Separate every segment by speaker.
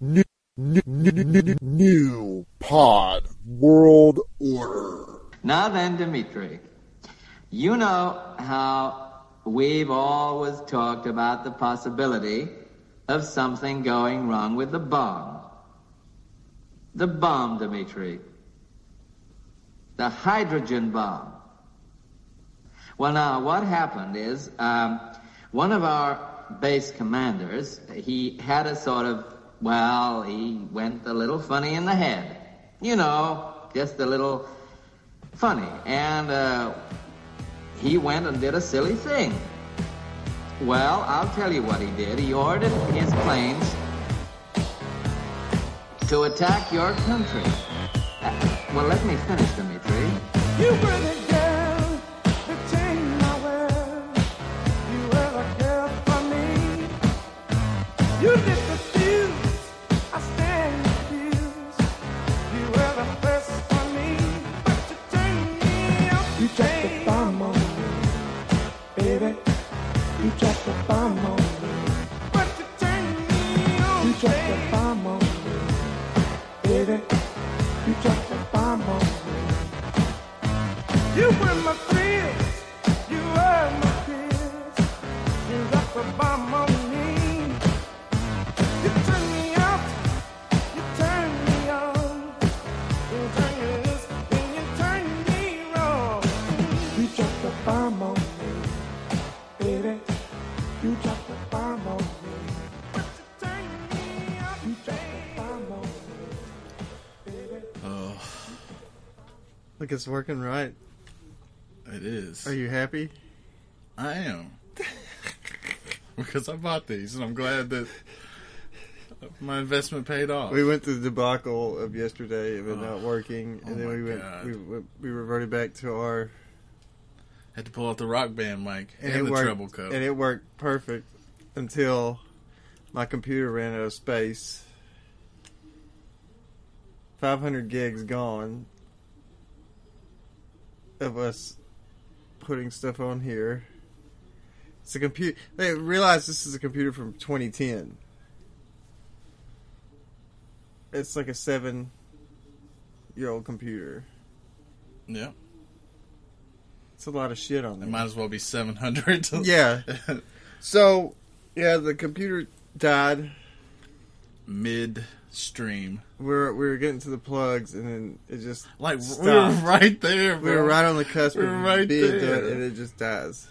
Speaker 1: New Pod World Order.
Speaker 2: Now then, Dimitri, you know how we've always talked about the possibility of something going wrong with the bomb. The bomb, Dimitri. The hydrogen bomb. Well, now, what happened is um, one of our base commanders, he had a sort of, well, he went a little funny in the head. You know, just a little funny. And uh, he went and did a silly thing. Well, I'll tell you what he did. He ordered his planes to attack your country. Uh, well, let me finish, Dimitri.
Speaker 3: You were the girl that changed my world. You were the girl for me. You lit the fuse. I stand confused. You were the first for me, but you turned me up. You dropped the bomb on me, baby. You dropped the bomb on me. But you turned me on. You dropped the bomb on me, baby. You dropped the bomb on me. You were my tears, you were my tears. You dropped the bomb on me. You turned me out, you turned me on. You turned me loose, then you turned me wrong. You dropped the bomb on me, baby. You dropped the bomb on me. But you turned me out, you dropped the bomb on me.
Speaker 4: Look, it's working right.
Speaker 5: It is.
Speaker 4: Are you happy?
Speaker 5: I am. because I bought these and I'm glad that my investment paid off.
Speaker 4: We went through the debacle of yesterday of it not working, and
Speaker 5: oh
Speaker 4: then
Speaker 5: my
Speaker 4: we went,
Speaker 5: God.
Speaker 4: we went we reverted back to our
Speaker 5: Had to pull out the rock band mic and,
Speaker 4: it
Speaker 5: the
Speaker 4: worked,
Speaker 5: treble cup.
Speaker 4: and it worked perfect until my computer ran out of space. Five hundred gigs gone of us putting stuff on here. It's a computer. They realize this is a computer from 2010. It's like a seven-year-old computer.
Speaker 5: yeah.
Speaker 4: It's a lot of shit on
Speaker 5: It
Speaker 4: there.
Speaker 5: might as well be 700.
Speaker 4: Yeah. So, yeah, the computer died.
Speaker 5: Mid stream.
Speaker 4: We were we were getting to the plugs, and then it just
Speaker 5: Like, we were
Speaker 4: stopped.
Speaker 5: right there,
Speaker 4: we
Speaker 5: bro.
Speaker 4: were right on the cusp
Speaker 5: We
Speaker 4: of
Speaker 5: were right
Speaker 4: being
Speaker 5: there.
Speaker 4: dead, and it just dies.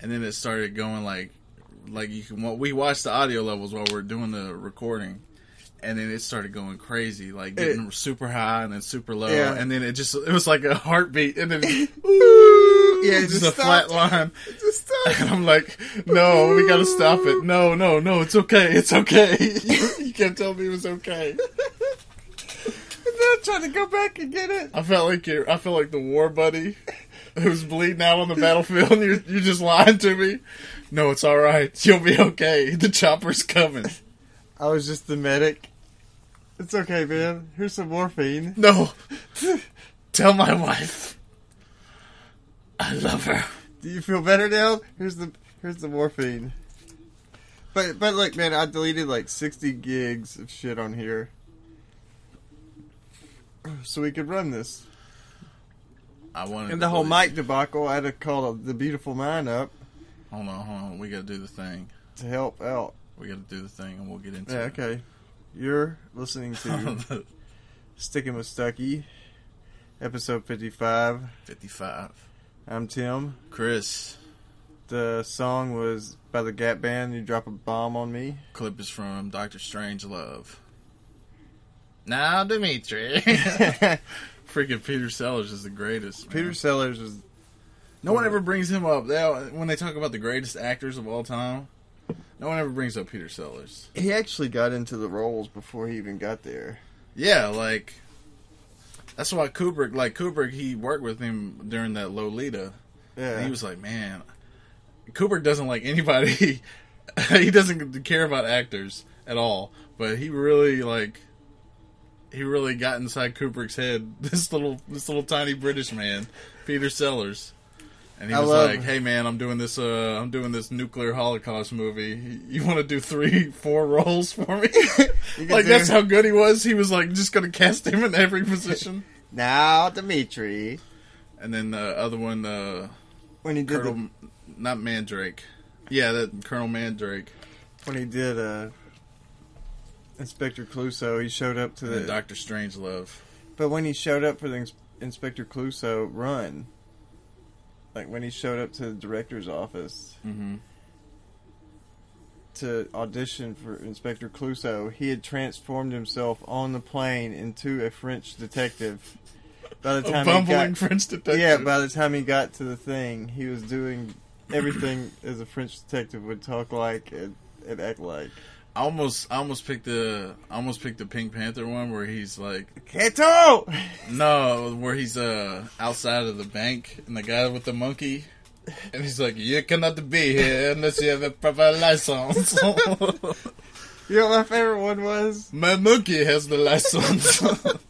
Speaker 5: and then it started going like, like you can, well, we watched the audio levels while we are doing the recording. And then it started going crazy, like getting super high and then super low,
Speaker 4: Yeah.
Speaker 5: and then it just—it was like a heartbeat, and then
Speaker 4: Yeah, it
Speaker 5: just,
Speaker 4: just
Speaker 5: a flat
Speaker 4: stopped.
Speaker 5: line.
Speaker 4: It just
Speaker 5: And
Speaker 4: stopped.
Speaker 5: I'm like, no, we gotta stop it. No, no, no, it's okay, it's okay. you can't tell me it was okay.
Speaker 4: And then I tried to go back and get it.
Speaker 5: I felt like you're, I felt like the war buddy who's bleeding out on the battlefield. And you're, you're just lying to me. No, it's all right. You'll be okay. The chopper's coming.
Speaker 4: I was just the medic. It's okay, man. Here's some morphine.
Speaker 5: No, tell my wife. I love her.
Speaker 4: Do you feel better now? Here's the here's the morphine. But but look, man, I deleted like sixty gigs of shit on here, so we could run this.
Speaker 5: I wanted
Speaker 4: And the whole
Speaker 5: believe-
Speaker 4: mic debacle, I had to call the beautiful mind up
Speaker 5: Hold on, hold on. We gotta do the thing.
Speaker 4: to help out.
Speaker 5: We gotta do the thing, and we'll get into
Speaker 4: Yeah,
Speaker 5: it.
Speaker 4: okay. You're listening to Sticking with Stucky, episode fifty-five.
Speaker 5: Fifty-five.
Speaker 4: I'm Tim.
Speaker 5: Chris.
Speaker 4: The song was by the Gap Band. You drop a bomb on me.
Speaker 5: clip is from Doctor Strange Love. Now, Dimitri. Freaking Peter Sellers is the greatest. man.
Speaker 4: Peter Sellers was
Speaker 5: no one ever brings him up. They, all- when they talk about the greatest actors of all time, no one ever brings up Peter Sellers.
Speaker 4: he actually got into the roles before he even got there.
Speaker 5: Yeah, like that's why Kubrick, like Kubrick, he worked with him during that Lolita.
Speaker 4: Yeah,
Speaker 5: And he was like, man, Kubrick doesn't like anybody. he doesn't care about actors at all. But he really like, he really got inside Kubrick's head. This little, this little tiny British man, Peter Sellers. And he
Speaker 4: I
Speaker 5: was
Speaker 4: love-
Speaker 5: like, "Hey man, I'm doing this. Uh, I'm doing this nuclear holocaust movie. You want to do three, four roles for me?
Speaker 4: You can
Speaker 5: like
Speaker 4: do-
Speaker 5: that's how good he was. He was like just gonna cast him in every position.
Speaker 4: Now, Dimitri,
Speaker 5: And then the other one, uh,
Speaker 4: when he did
Speaker 5: Colonel,
Speaker 4: the,
Speaker 5: not Mandrake. Yeah, that Colonel Mandrake.
Speaker 4: when he did uh, Inspector Clouseau, he showed up to
Speaker 5: And then
Speaker 4: the.
Speaker 5: Doctor Strange Love.
Speaker 4: But when he showed up for the ins- Inspector Clouseau run, like when he showed up to the director's office
Speaker 5: Mm-hmm.
Speaker 4: to audition for Inspector Clouseau, he had transformed himself on the plane into a French detective. By the
Speaker 5: A
Speaker 4: time he
Speaker 5: bumbling
Speaker 4: got,
Speaker 5: French detective.
Speaker 4: yeah, by the time he got to the thing, he was doing everything as a French detective would talk like and, and act like.
Speaker 5: I almost, I almost picked the, I almost picked the Pink Panther one where he's like,
Speaker 4: Keto!
Speaker 5: No, where he's uh outside of the bank and the guy with the monkey, and he's like, "You cannot be here unless you have a proper license."
Speaker 4: You know what my favorite one was?
Speaker 5: My monkey has the license.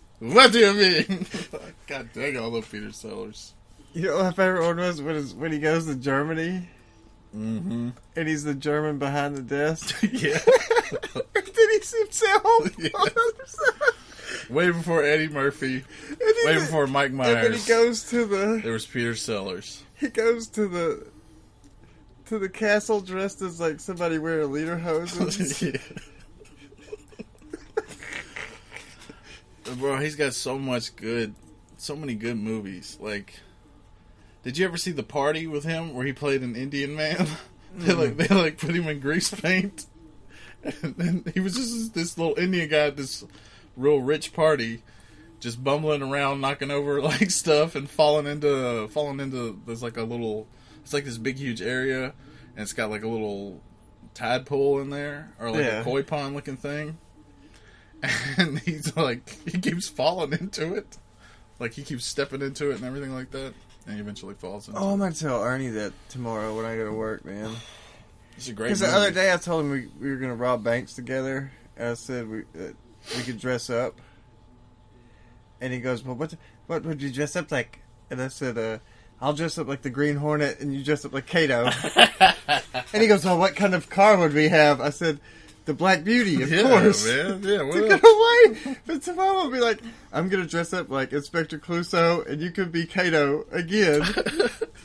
Speaker 5: what do you mean? God dang, all of Peter Sellers.
Speaker 4: You know what my favorite one was when, his, when he goes to Germany
Speaker 5: Mm-hmm.
Speaker 4: and he's the German behind the desk.
Speaker 5: Yeah.
Speaker 4: Did he see himself?
Speaker 5: Yeah. Way before Eddie Murphy.
Speaker 4: And he-
Speaker 5: Way before Mike
Speaker 4: And then he
Speaker 5: Myers.
Speaker 4: goes to the
Speaker 5: There was Peter Sellers.
Speaker 4: he goes to the to the castle dressed as like somebody wearing leader hoses.
Speaker 5: Yeah. Bro, he's got so much good, so many good movies. Like, did you ever see the party with him where he played an Indian man? they like they like put him in grease paint, and then he was just this little Indian guy at this real rich party, just bumbling around, knocking over like stuff and falling into falling into there's like a little, it's like this big huge area, and it's got like a little tide pool in there or like
Speaker 4: Yeah.
Speaker 5: a koi pond looking thing. And he's like, he keeps falling into it. Like, he keeps stepping into it and everything like that. And he eventually falls into
Speaker 4: Oh,
Speaker 5: it.
Speaker 4: I'm gonna tell Ernie that tomorrow when I go to work, man.
Speaker 5: It's a great
Speaker 4: Because
Speaker 5: movie.
Speaker 4: the other day I told him we, we were gonna rob banks together. And I said we uh, we could dress up, and he goes, "Well, what what would you dress up like?" And I said, uh, "I'll dress up like the Green Hornet, and you dress up like Kato." and he goes, "Well, what kind of car would we have?" I said, "The Black Beauty, of
Speaker 5: yeah,
Speaker 4: course."
Speaker 5: man. Yeah, what
Speaker 4: Took
Speaker 5: else?
Speaker 4: it away. But tomorrow I'll be like, I'm gonna dress up like Inspector Clouseau, and you could be Kato again.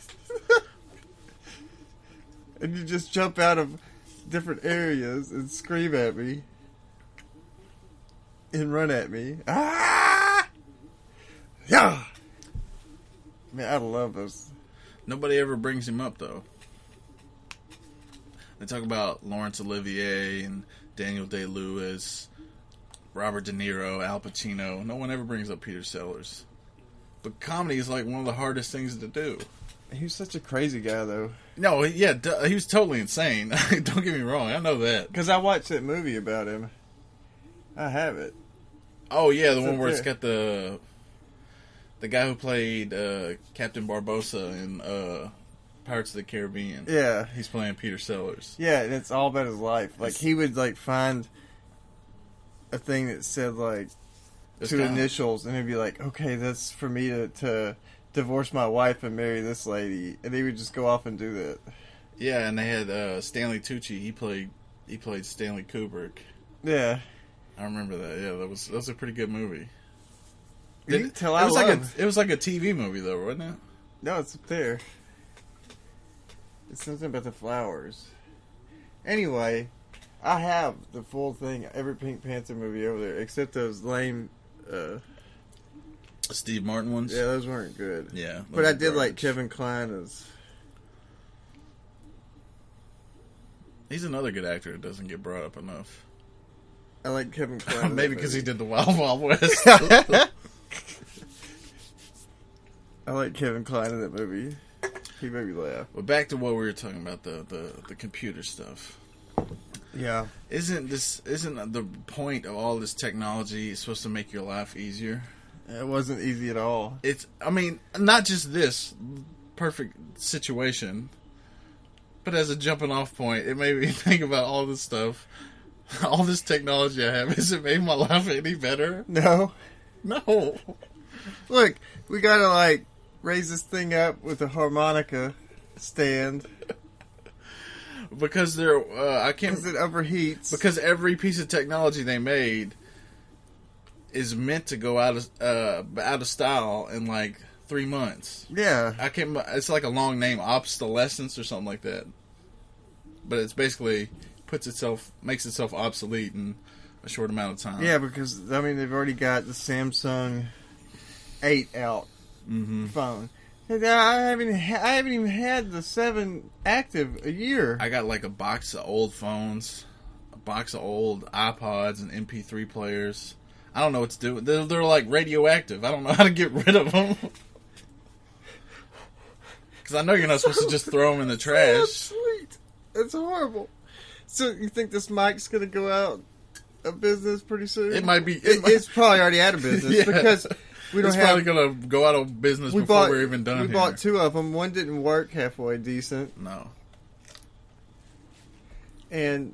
Speaker 4: and you just jump out of different areas and scream at me and run at me. Ah! Yeah. Man, I love those.
Speaker 5: Nobody ever brings him up, though. They talk about Laurence Olivier and Daniel Day Lewis, Robert De Niro, Al Pacino. No one ever brings up Peter Sellers. But comedy is like one of the hardest things to do.
Speaker 4: He was such a crazy guy, though.
Speaker 5: No, yeah, duh, he was totally insane. Don't get me wrong, I know that.
Speaker 4: Because I watched that movie about him. I have it.
Speaker 5: Oh yeah, the
Speaker 4: It's
Speaker 5: one
Speaker 4: up
Speaker 5: where it's
Speaker 4: there.
Speaker 5: got the the guy who played uh, Captain Barbosa in uh, Pirates of the Caribbean.
Speaker 4: Yeah.
Speaker 5: he's playing Peter Sellers.
Speaker 4: Yeah, and it's all about his life. Like
Speaker 5: It's-
Speaker 4: he would like find a thing that said like
Speaker 5: This
Speaker 4: two
Speaker 5: guy-
Speaker 4: initials, and he'd be like, "Okay, that's for me to, to divorce my wife and marry this lady," and he would just go off and do that.
Speaker 5: Yeah, and they had uh, Stanley Tucci. He played he played Stanley Kubrick.
Speaker 4: Yeah,
Speaker 5: I remember that. Yeah, that was that was a pretty good movie.
Speaker 4: You
Speaker 5: Didn't-
Speaker 4: can tell
Speaker 5: it
Speaker 4: I
Speaker 5: was like
Speaker 4: love-
Speaker 5: a it was like a TV movie though, wasn't it?
Speaker 4: no, it's up there. It's something about the flowers. Anyway, I have the full thing, every Pink Panther movie over there, except those lame. Uh,
Speaker 5: Steve Martin ones.
Speaker 4: yeah, those weren't good.
Speaker 5: yeah. those
Speaker 4: But I
Speaker 5: were
Speaker 4: did like
Speaker 5: garbage.
Speaker 4: Kevin Kline as
Speaker 5: He's another good actor that doesn't get brought up enough.
Speaker 4: I like Kevin Klein.
Speaker 5: Maybe because he did the Wild Wild West.
Speaker 4: I like Kevin Klein in that movie. He made me laugh.
Speaker 5: But back to what we were talking about the the, the computer stuff.
Speaker 4: Yeah.
Speaker 5: Isn't this isn't the point of all this technology supposed to make your life easier?
Speaker 4: It wasn't easy at all.
Speaker 5: It's I mean, not just this perfect situation, but as a jumping off point, it made me think about all this stuff. All this technology I have, has it made my life any better?
Speaker 4: No.
Speaker 5: No.
Speaker 4: Look, we gotta like raise this thing up with a harmonica stand
Speaker 5: because they're uh, I can't
Speaker 4: because it overheats.
Speaker 5: because every piece of technology they made is meant to go out of uh, out of style in like three months.
Speaker 4: yeah,
Speaker 5: I can't. It's like a long name, obsolescence or something like that. But it's basically puts itself makes itself obsolete in a short amount of time.
Speaker 4: yeah, because I mean they've already got the Samsung eight out
Speaker 5: Mm-hmm.
Speaker 4: phone. And I haven't I haven't even had the seven active a year.
Speaker 5: I got like a box of old phones, a box of old iPods and MP3 players. I don't know what to do. They're, they're like radioactive. I don't know how to get rid of them. Because I know you're not supposed to just throw them in the trash.
Speaker 4: sweet. It's horrible. So you think this mic's gonna go out of business pretty soon?
Speaker 5: It might be.
Speaker 4: It- it's probably already out of business
Speaker 5: Yeah.
Speaker 4: because we don't
Speaker 5: it's
Speaker 4: have.
Speaker 5: probably gonna go out of business
Speaker 4: we
Speaker 5: before
Speaker 4: bought.
Speaker 5: we're even done.
Speaker 4: we
Speaker 5: here.
Speaker 4: bought two of them. One didn't work halfway decent,
Speaker 5: No,
Speaker 4: and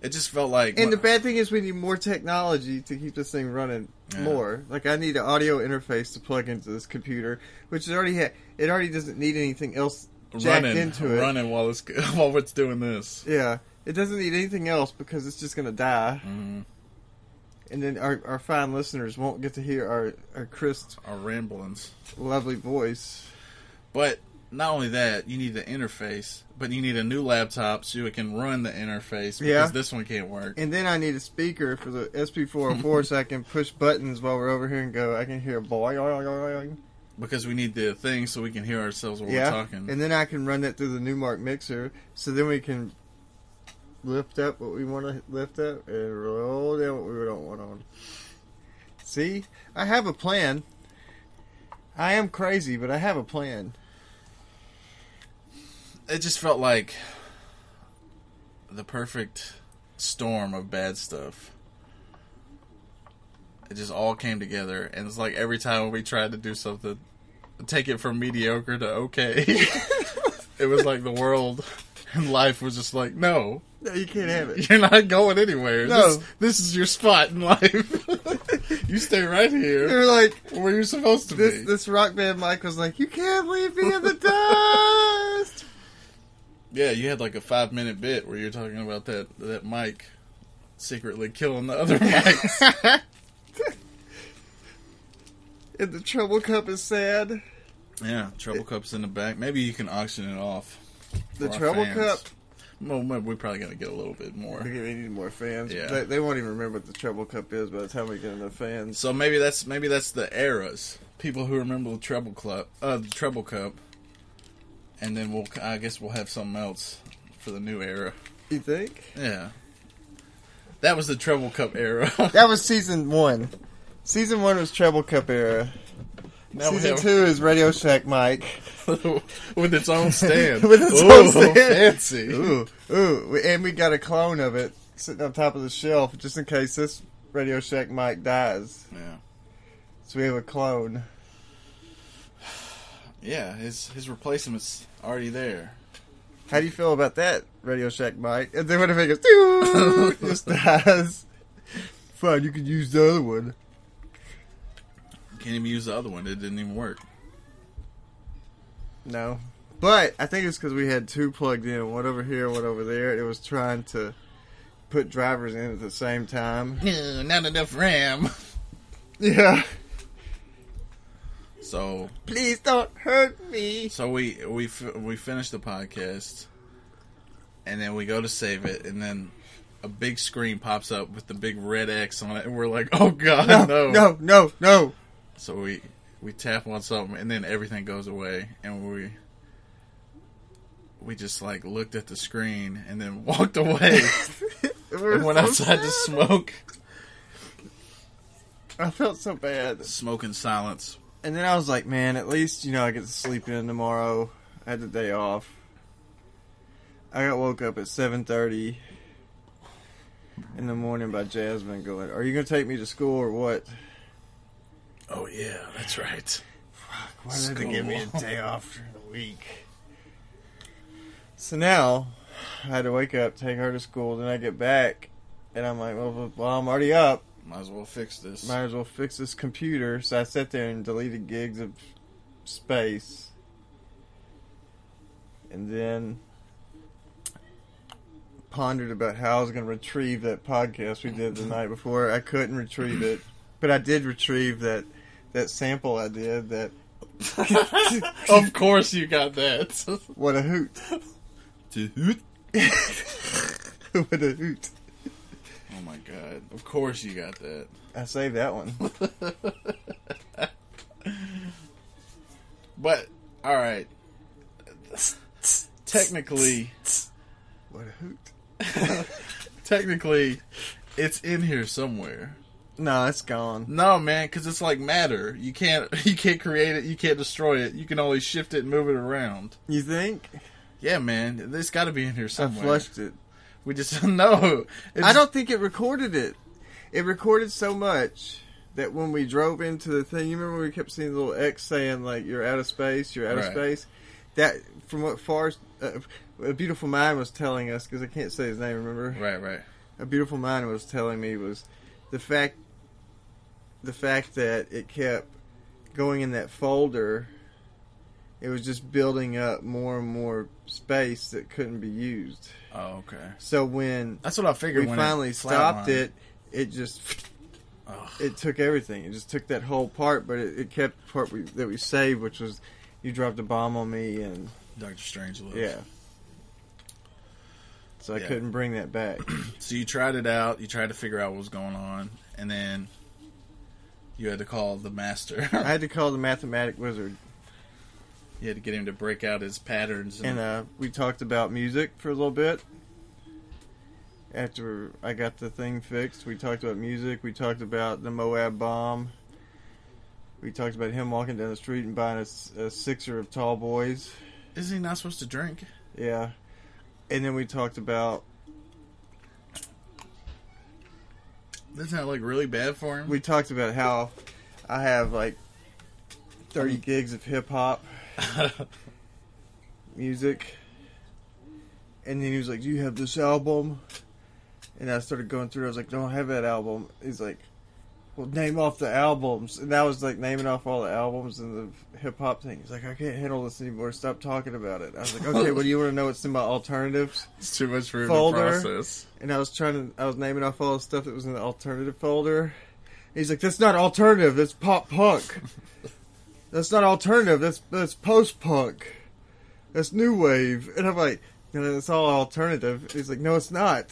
Speaker 5: it just felt like.
Speaker 4: and the bad thing is we need more technology to keep this thing running
Speaker 5: Yeah.
Speaker 4: more. Like I need an audio interface to plug into this computer, which it already ha- it already doesn't need anything else jacked
Speaker 5: running,
Speaker 4: into it.
Speaker 5: running while it's while it's doing this.
Speaker 4: Yeah, it doesn't need anything else because it's just gonna die.
Speaker 5: Mhm.
Speaker 4: and then our, our fine listeners won't get to hear our, our crisp,
Speaker 5: Our ramblings.
Speaker 4: lovely voice.
Speaker 5: But not only that, you need the interface, but you need a new laptop so it can run the interface because
Speaker 4: Yeah.
Speaker 5: this one can't work.
Speaker 4: And then I need a speaker for the SP404 so I can push buttons while we're over here and go, I can hear a boing.
Speaker 5: Because we need the thing so we can hear ourselves while
Speaker 4: Yeah.
Speaker 5: we're talking.
Speaker 4: And then I can run that through the Newmark mixer so then we can lift up what we want to lift up and roll down what we don't want on. See? I have a plan. I am crazy, but I have a plan.
Speaker 5: it just felt like the perfect storm of bad stuff. It just all came together, and it's like every time we tried to do something, take it from mediocre to okay. it was like the world and life was just like, no,
Speaker 4: No, you can't have it.
Speaker 5: You're not going anywhere.
Speaker 4: No.
Speaker 5: This, this is your spot in life. you stay right here
Speaker 4: They're like,
Speaker 5: where you're supposed to
Speaker 4: this
Speaker 5: be.
Speaker 4: this rock band Mike was like, "You can't leave me in the dust."
Speaker 5: Yeah, you had like a five minute bit where you're talking about that that mic secretly killing the other mics.
Speaker 4: and the trouble cup is sad.
Speaker 5: yeah, trouble cups in the back. Maybe you can auction it off.
Speaker 4: The
Speaker 5: for our
Speaker 4: trouble
Speaker 5: fans.
Speaker 4: cup.
Speaker 5: Well, maybe we're probably gonna get a little bit more.
Speaker 4: Okay, They need more fans.
Speaker 5: Yeah.
Speaker 4: They, they won't even remember what the trouble cup is by the time we get enough fans.
Speaker 5: So maybe that's maybe that's the eras. People who remember the treble club, uh, the treble cup, and then we'll I guess we'll have something else for the new era.
Speaker 4: You think?
Speaker 5: Yeah. That was the treble cup era.
Speaker 4: That was season one. Season one was treble cup era.
Speaker 5: now we
Speaker 4: season
Speaker 5: have-
Speaker 4: two is Radio Shack Mike.
Speaker 5: with its own stand.
Speaker 4: With its
Speaker 5: Ooh,
Speaker 4: own stand.
Speaker 5: Fancy.
Speaker 4: Ooh, ooh, we- and we got a clone of it sitting on top of the shelf just in case this Radio Shack Mike dies.
Speaker 5: Yeah.
Speaker 4: So we have a clone.
Speaker 5: Yeah, his his replacement's already there.
Speaker 4: How do you feel about that, Radio Shack Mike? And then when it goes, "Doo," just dies. Fine, you can use the other one.
Speaker 5: Can't even use the other one. It didn't even work.
Speaker 4: No. But I think it's because we had two plugged in, one over here, one over there. It was trying to put drivers in at the same time.
Speaker 5: No, not enough RAM.
Speaker 4: Yeah.
Speaker 5: So
Speaker 4: Please don't hurt me.
Speaker 5: so we we f- we finish the podcast, and then we go to save it, and then a big screen pops up with the big red X on it, and we're like, oh god,
Speaker 4: No, no, no, no.
Speaker 5: So we we tap on something and then everything goes away and we we just like looked at the screen and then walked away
Speaker 4: We're
Speaker 5: and went
Speaker 4: so
Speaker 5: outside to
Speaker 4: sad.
Speaker 5: smoke.
Speaker 4: I felt so bad.
Speaker 5: Smoke in silence.
Speaker 4: And then I was like, man, at least, you know, I get to sleep in tomorrow. I had the day off. I got woke up at 7.30 in the morning by Jasmine going, are you going to take me to school or what?
Speaker 5: Oh yeah, that's right.
Speaker 4: Why did they
Speaker 5: School.
Speaker 4: give me a day off during the week? So now, I had to wake up, take her to school, then I get back, and I'm like, well, well, well I'm already up.
Speaker 5: Might as well fix this.
Speaker 4: Might as well fix this computer. So I sat there and deleted gigs of space. And then pondered about how I was going to retrieve that podcast we did the night before. I couldn't retrieve it, but I did retrieve that that sample I did that
Speaker 5: of course you got that.
Speaker 4: what a hoot.
Speaker 5: oh
Speaker 4: what a hoot.
Speaker 5: Oh, my god. Of course you got that.
Speaker 4: I saved that one.
Speaker 5: But all right. Technically,
Speaker 4: What a hoot.
Speaker 5: technically it's in here somewhere.
Speaker 4: No, it's gone.
Speaker 5: No, man, cuz it's like matter. You can't you can't create it, you can't destroy it. You can only shift it and move it around.
Speaker 4: You think?
Speaker 5: Yeah, man. It's got to be in here
Speaker 4: I
Speaker 5: somewhere.
Speaker 4: flushed it.
Speaker 5: We just no. It's,
Speaker 4: I don't think it recorded it. It recorded so much that when we drove into the thing, you remember we kept seeing the little X saying like "You're out of space, you're out of
Speaker 5: Right.
Speaker 4: space." That from what Forrest, uh, a beautiful mind was telling us because I can't say his name. Remember,
Speaker 5: Right, right.
Speaker 4: a beautiful mind was telling me was the fact, the fact that it kept going in that folder. It was just building up more and more space that couldn't be used.
Speaker 5: Oh, okay.
Speaker 4: So when
Speaker 5: That's what I figured
Speaker 4: we
Speaker 5: when
Speaker 4: finally
Speaker 5: it
Speaker 4: stopped
Speaker 5: flatlined.
Speaker 4: it. It just
Speaker 5: Ugh.
Speaker 4: it took everything. It just took that whole part, but it, it kept the part we, that we saved, which was you dropped a bomb on me, and
Speaker 5: Doctor Strangelove.
Speaker 4: yeah. So I
Speaker 5: Yeah.
Speaker 4: couldn't bring that back.
Speaker 5: So you tried it out. You tried to figure out what was going on, and then you had to call the master.
Speaker 4: I had to call the mathematic wizard,
Speaker 5: you had to get him to break out his patterns. And,
Speaker 4: and uh, we talked about music for a little bit. After I got the thing fixed, we talked about music. We talked about the Moab bomb. We talked about him walking down the street and buying a s a a sixer of tall boys.
Speaker 5: is he not supposed to drink?
Speaker 4: Yeah. And then we talked about
Speaker 5: Isn't that like really bad for him?
Speaker 4: we talked about how I have like 30 gigs of hip hop music. And then he was like, "Do you have this album?" And I started going through. I was like, "Don't have that album." He's like, "Well, name off the albums." And I was like naming off all the albums and the hip hop thing. He's like, "I can't handle this anymore. Stop talking about it." I was like, "Okay, well, do you want to know what's in my alternatives?"
Speaker 5: it's too much for him
Speaker 4: Folder.
Speaker 5: to process.
Speaker 4: and I was trying to I was naming off all the stuff that was in the alternative folder. He's like, "That's not alternative. That's pop punk. that's not alternative. That's that's post punk. That's new wave." And I'm like, "No, that's all alternative." He's like, "No, it's not."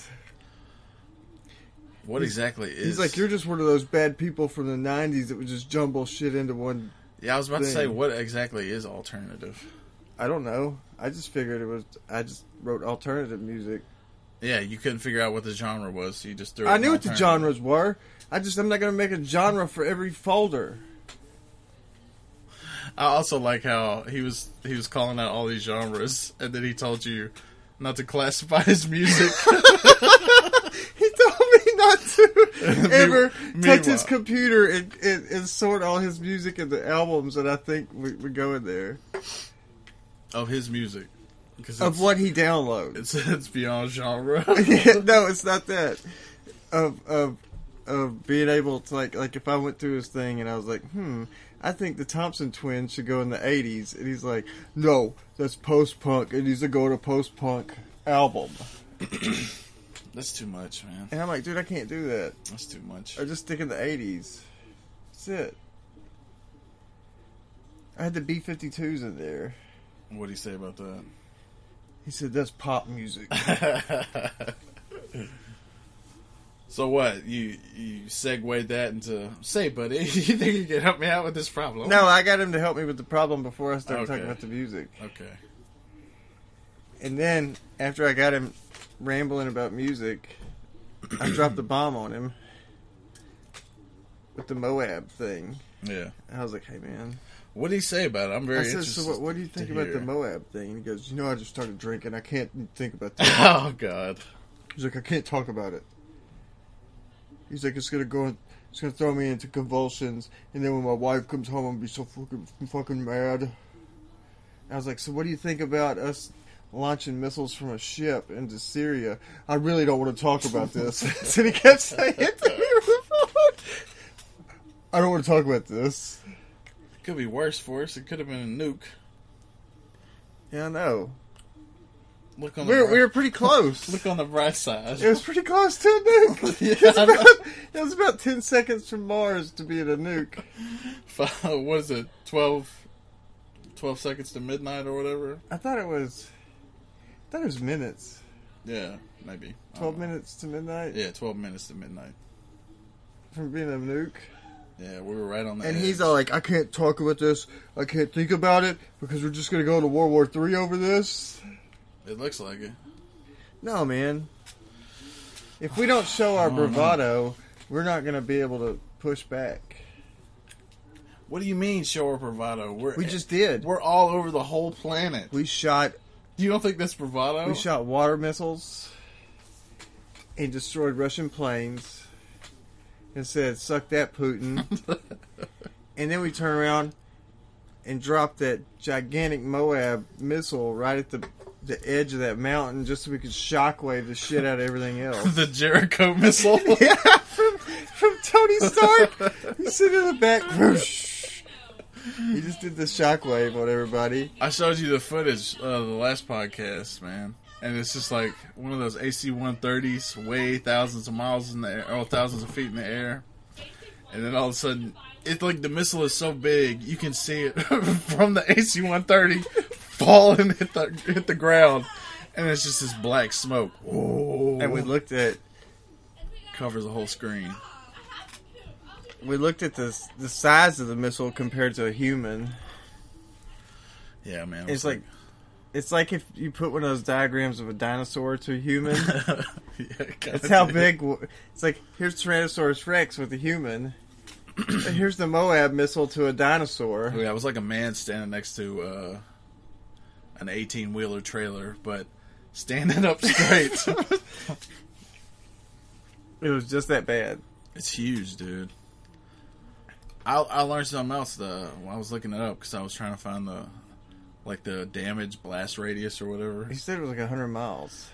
Speaker 5: What exactly is?
Speaker 4: He's like, "You're just one of those bad people from the '90s that would just jumble shit into one."
Speaker 5: Yeah, I was about to say
Speaker 4: thing.
Speaker 5: what exactly is alternative.
Speaker 4: I don't know. I just figured it was. I just wrote alternative music.
Speaker 5: Yeah, you couldn't figure out what the genre was, so you just threw. it
Speaker 4: I
Speaker 5: in
Speaker 4: knew what the
Speaker 5: alternative.
Speaker 4: genres were. I just I'm not gonna make a genre for every folder.
Speaker 5: I also like how he was he was calling out all these genres, and then he told you not to classify his music.
Speaker 4: He told me not to ever
Speaker 5: Meanwhile-
Speaker 4: touch his computer and, and, and sort all his music into albums that I think we, we go in there.
Speaker 5: of his music because
Speaker 4: Of what he downloads.
Speaker 5: it's it's beyond genre.
Speaker 4: no, it's not that. Of of of being able to like like if I went through his thing and I was like, hmm, I think the Thompson twins should go in the eighties and he's like, No, that's post punk, it needs to go to post punk album.
Speaker 5: That's too much, man.
Speaker 4: And I'm like, dude, I can't do that.
Speaker 5: That's too much.
Speaker 4: I just stick in the eighties. That's it. I had the B 52s in there.
Speaker 5: What do you say about that?
Speaker 4: He said that's pop music.
Speaker 5: So what you you segued that into say, buddy? You think you can help me out with this problem?
Speaker 4: no, I got him to help me with the problem before I started
Speaker 5: Okay.
Speaker 4: talking about the music.
Speaker 5: Okay.
Speaker 4: And then after I got him rambling about music, I dropped the bomb on him with the Moab thing.
Speaker 5: Yeah.
Speaker 4: I was like, "Hey man,"
Speaker 5: What do you say about it? I'm very
Speaker 4: I said,
Speaker 5: interested.
Speaker 4: "So what, what do you
Speaker 5: to
Speaker 4: think about the
Speaker 5: hear."
Speaker 4: Moab thing?" And he goes, "You know, I just started drinking. I can't think about that."
Speaker 5: Oh God.
Speaker 4: He's like, I can't talk about it. He's like, it's gonna go, it's gonna throw me into convulsions, and then when my wife comes home, I'm gonna be so fucking, fucking mad. I was like, so what do you think about us launching missiles from a ship into Syria? I really don't want to talk about this. and he kept saying it to me. I don't want to talk about this.
Speaker 5: It could be worse for us. It could have been a nuke.
Speaker 4: Yeah, I know.
Speaker 5: Look on
Speaker 4: We
Speaker 5: the
Speaker 4: were,
Speaker 5: bright,
Speaker 4: we were pretty close.
Speaker 5: look on the bright side.
Speaker 4: It was pretty close to a nuke.
Speaker 5: Yeah,
Speaker 4: It was
Speaker 5: I know.
Speaker 4: about, it was about 10 seconds from Mars to being a nuke.
Speaker 5: Five- what is it? 12, 12 seconds to midnight or whatever.
Speaker 4: I thought it was. I thought it was minutes.
Speaker 5: Yeah, maybe I
Speaker 4: 12
Speaker 5: don't know.
Speaker 4: minutes to midnight
Speaker 5: Oh. Yeah, twelve minutes to midnight.
Speaker 4: from being a nuke.
Speaker 5: Yeah, we were right on that.
Speaker 4: And he's all like, I can't talk about this. I can't think about it because we're just going to go into World War Three over this.
Speaker 5: "It looks like it."
Speaker 4: No, man. If we don't show our
Speaker 5: I don't know.
Speaker 4: bravado, we're not going to be able to push back.
Speaker 5: What do you mean, show or bravado? We're
Speaker 4: We just did.
Speaker 5: We're all over the whole planet.
Speaker 4: We shot
Speaker 5: you don't think that's bravado?
Speaker 4: we shot water missiles and destroyed Russian planes and said, "Suck that, Putin." and then we turn around and drop that gigantic Moab missile right at the the edge of that mountain just so we could shockwave the shit out of everything else.
Speaker 5: the Jericho missile.
Speaker 4: yeah, from from Tony Stark. He's sitting in the back. whoosh. He just did the shockwave on everybody.
Speaker 5: I showed you the footage of the last podcast, man, and it's just like one of those AC-130s, way thousands of miles in the air, or thousands of feet in the air, and then all of a sudden, it's like the missile is so big you can see it from the AC-130 fall and hit the hit the ground, and it's just this black smoke. Oh,
Speaker 4: And we looked at
Speaker 5: covers the whole screen.
Speaker 4: we looked at the the size of the missile compared to a human.
Speaker 5: Yeah, man, it
Speaker 4: It's
Speaker 5: was
Speaker 4: like it's like if you put one of those diagrams of a dinosaur to a human.
Speaker 5: yeah, it kinda
Speaker 4: It's how
Speaker 5: did.
Speaker 4: big. w- It's like here's Tyrannosaurus Rex with a human. and here's the Moab missile to a dinosaur.
Speaker 5: Oh, Yeah, it was like a man standing next to uh, an 18 wheeler trailer, but standing up straight.
Speaker 4: It was just that bad.
Speaker 5: it's huge, dude. I, I learned something else though when I was looking it up because I was trying to find the like the damage blast radius or whatever.
Speaker 4: He said it was like hundred miles.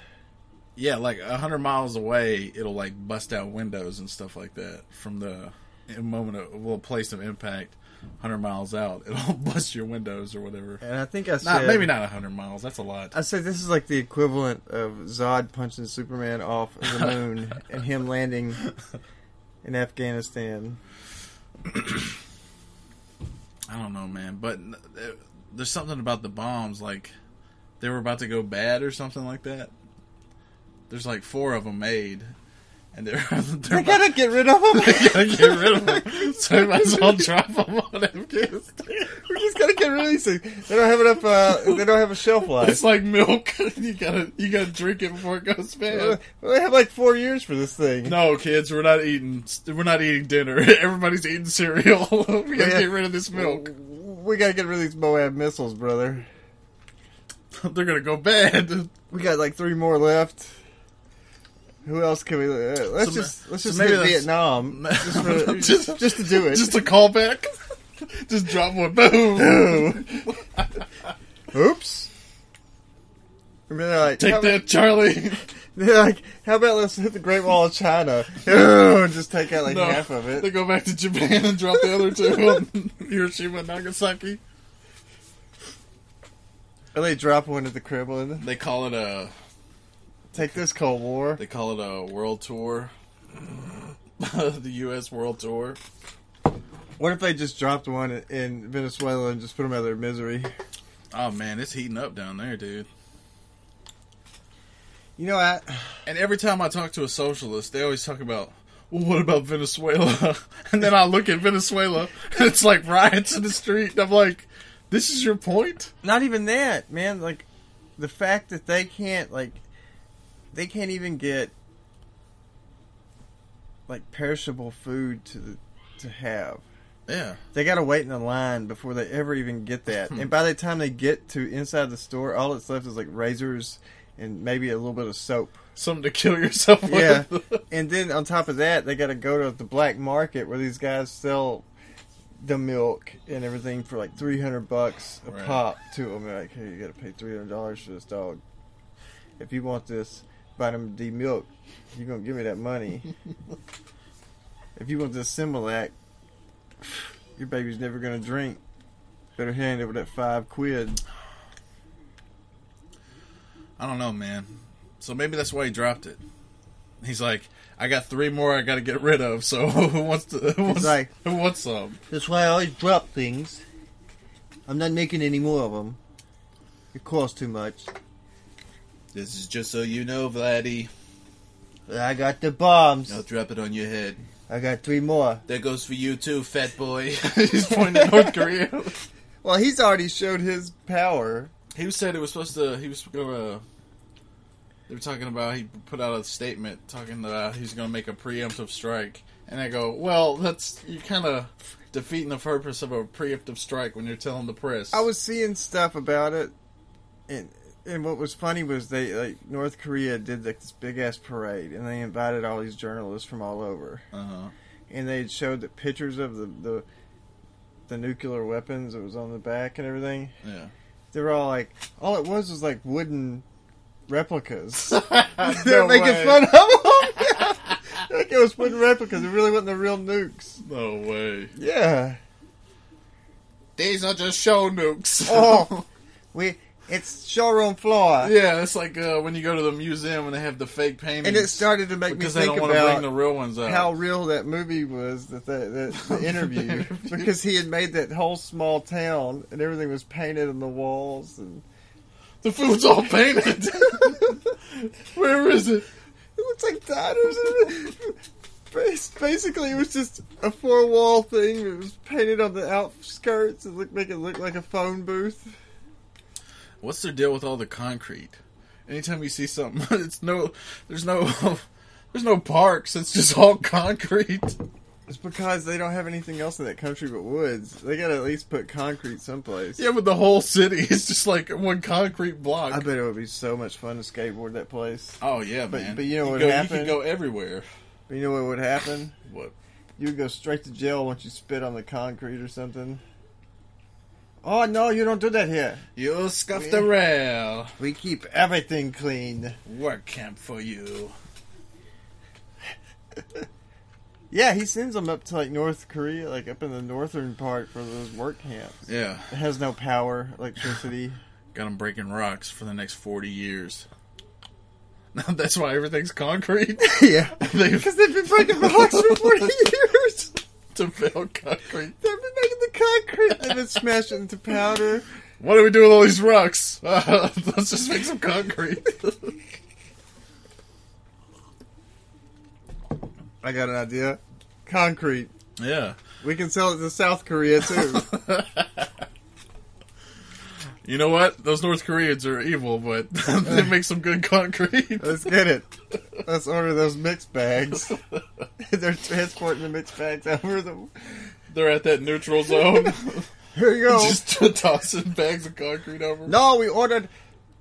Speaker 5: Yeah, like hundred miles away, it'll like bust out windows and stuff like that from the moment of well place of impact. Hundred miles out, it'll bust your windows or whatever.
Speaker 4: And I think I said
Speaker 5: Not maybe not hundred miles. That's a lot.
Speaker 4: I said this is like the equivalent of Zod punching Superman off of the moon and him landing in Afghanistan.
Speaker 5: I don't know, man, but n- there- there's something about the bombs like they were about to go bad or something like that. There's like four of them made, and they're, they're
Speaker 4: I gotta get rid of him.
Speaker 5: about, gotta get rid of them, so they might as well drop them on Afghanistan.
Speaker 4: We just gotta get rid of these things. They don't have enough. Uh, they don't have a shelf life.
Speaker 5: It's like milk. you gotta you gotta drink it before it goes
Speaker 4: Uh,
Speaker 5: bad.
Speaker 4: We have like four years for this thing.
Speaker 5: No, kids, we're not eating. We're not eating dinner. Everybody's eating cereal. we gotta
Speaker 4: Yeah.
Speaker 5: get rid of this milk.
Speaker 4: We gotta get rid of these Moab missiles, brother. Oh.
Speaker 5: They're gonna go bad.
Speaker 4: We got like three more left. Who else can we? Uh, let's
Speaker 5: So ma-
Speaker 4: just let's
Speaker 5: so
Speaker 4: just
Speaker 5: maybe
Speaker 4: hit
Speaker 5: that's-
Speaker 4: Vietnam just, for, just,
Speaker 5: Just-
Speaker 4: just to do it.
Speaker 5: Just a callback. Just drop one. Boom.
Speaker 4: Oops. And they're like,
Speaker 5: Take
Speaker 4: how,
Speaker 5: that, Charlie.
Speaker 4: They're like, how about let's hit the Great Wall of China? Ew, and just take out like half of
Speaker 5: They
Speaker 4: it.
Speaker 5: go back to Japan and drop the other two on Hiroshima and Nagasaki.
Speaker 4: Or they drop one at the Kremlin.
Speaker 5: They call it a.
Speaker 4: Take this Cold War.
Speaker 5: They call it a world tour. the U.S. world tour.
Speaker 4: What if they just dropped one in- in Venezuela and just put them out of their misery?
Speaker 5: Oh man, it's heating up down there, dude.
Speaker 4: You know, I
Speaker 5: And every time I talk to a socialist, they always talk about, well, what about Venezuela? and then I look at Venezuela, and it's like riots in the street. And I'm like, this is your point?
Speaker 4: not even that, man. Like the fact that they can't like they can't even get like perishable food to to have.
Speaker 5: Yeah.
Speaker 4: They gotta wait in a line before they ever even get that. and by the time they get to inside the store, all that's left is like razors and maybe a little bit of soap.
Speaker 5: something to kill yourself with.
Speaker 4: Yeah. and then on top of that, they got to go to the black market where these guys sell the milk and everything for like 300 bucks a
Speaker 5: Right.
Speaker 4: pop to them. Like, hey, you got to pay $300 for this dog. If you want this vitamin D milk, you're going to give me that money. if you want this Similac, Your baby's never gonna drink. Better hand over that five quid.
Speaker 5: I don't know, man. So maybe that's why he dropped it. He's like, I got three more I got to get rid of. So who wants to? Who wants,
Speaker 4: like-
Speaker 5: who wants some?
Speaker 4: That's why I always drop things. I'm not making any more of them. It costs too much.
Speaker 5: This is just so you know, Vladdy.
Speaker 4: But I got the bombs.
Speaker 5: I'll drop it on your head.
Speaker 4: I got three more.
Speaker 5: That goes for you too, fat boy. He's pointing at North Korea.
Speaker 4: Well, he's already showed his power.
Speaker 5: He said it was supposed to. He was gonna. They were talking about he put out a statement talking about he's gonna make a preemptive strike, and I go, well, that's you're kind of defeating the purpose of a preemptive strike when you're telling the press.
Speaker 4: I was seeing stuff about it, and and what was funny was they like North Korea did like this big ass parade, and they invited all these journalists from all over,
Speaker 5: Uh-huh.
Speaker 4: and they had showed the pictures of the the, the nuclear weapons that was on the back and everything.
Speaker 5: Yeah.
Speaker 4: They were all like, all it was was like wooden replicas. They're
Speaker 5: no
Speaker 4: making
Speaker 5: way.
Speaker 4: fun of them. like it was wooden replicas. It really wasn't the real nukes.
Speaker 5: No way.
Speaker 4: Yeah.
Speaker 5: These are just show nukes.
Speaker 4: Oh, we it's showroom floor.
Speaker 5: yeah, it's like uh, when you go to the museum and they have the fake paintings.
Speaker 4: And it started to make me
Speaker 5: because they
Speaker 4: think
Speaker 5: don't want to bring
Speaker 4: about
Speaker 5: the real ones out.
Speaker 4: how real that movie was that that, that the interview because he had made that whole small town and everything was painted on the walls and
Speaker 5: the food's all painted. Where is it?
Speaker 4: it looks like diners. and everything. Bas- Basically, it was just a four wall thing. It was painted on the outskirts and look, make it look like a phone booth.
Speaker 5: What's their deal with all the concrete? Anytime you see something, it's no, there's no, there's no parks. It's just all concrete.
Speaker 4: It's because they don't have anything else in that country but woods. They gotta at least put concrete someplace.
Speaker 5: Yeah, but the whole city is just like one concrete block.
Speaker 4: I bet it would be so much fun to skateboard that place.
Speaker 5: oh yeah,
Speaker 4: But-
Speaker 5: man.
Speaker 4: but you know what
Speaker 5: go, You
Speaker 4: happened?
Speaker 5: can go everywhere.
Speaker 4: But you know what would happen?
Speaker 5: What?
Speaker 4: You would go straight to jail once you spit on the concrete or something. Oh no, you don't do that here.
Speaker 5: You scuff the rail.
Speaker 4: We keep everything clean.
Speaker 5: Work camp for you.
Speaker 4: Yeah, he sends them up to like North Korea, like up in the northern part for those work camps.
Speaker 5: Yeah,
Speaker 4: It has no power, electricity.
Speaker 5: got them breaking rocks for the next forty years. Now that's why everything's concrete.
Speaker 4: yeah,
Speaker 5: They've
Speaker 4: because they've been breaking rocks for forty years.
Speaker 5: to build concrete.
Speaker 4: They've been making the concrete. They've been smashing into powder.
Speaker 5: What do we do with all these rocks? Uh, let's just make some concrete.
Speaker 4: I got an idea. Concrete.
Speaker 5: yeah.
Speaker 4: We can sell it to South Korea too.
Speaker 5: You know what? Those North Koreans are evil, but they make some good concrete.
Speaker 4: Let's get it. Let's order those mixed bags. They're transporting the mixed bags over the.
Speaker 5: They're at that neutral zone,
Speaker 4: Here you go.
Speaker 5: just tossing bags of concrete over.
Speaker 4: No, we ordered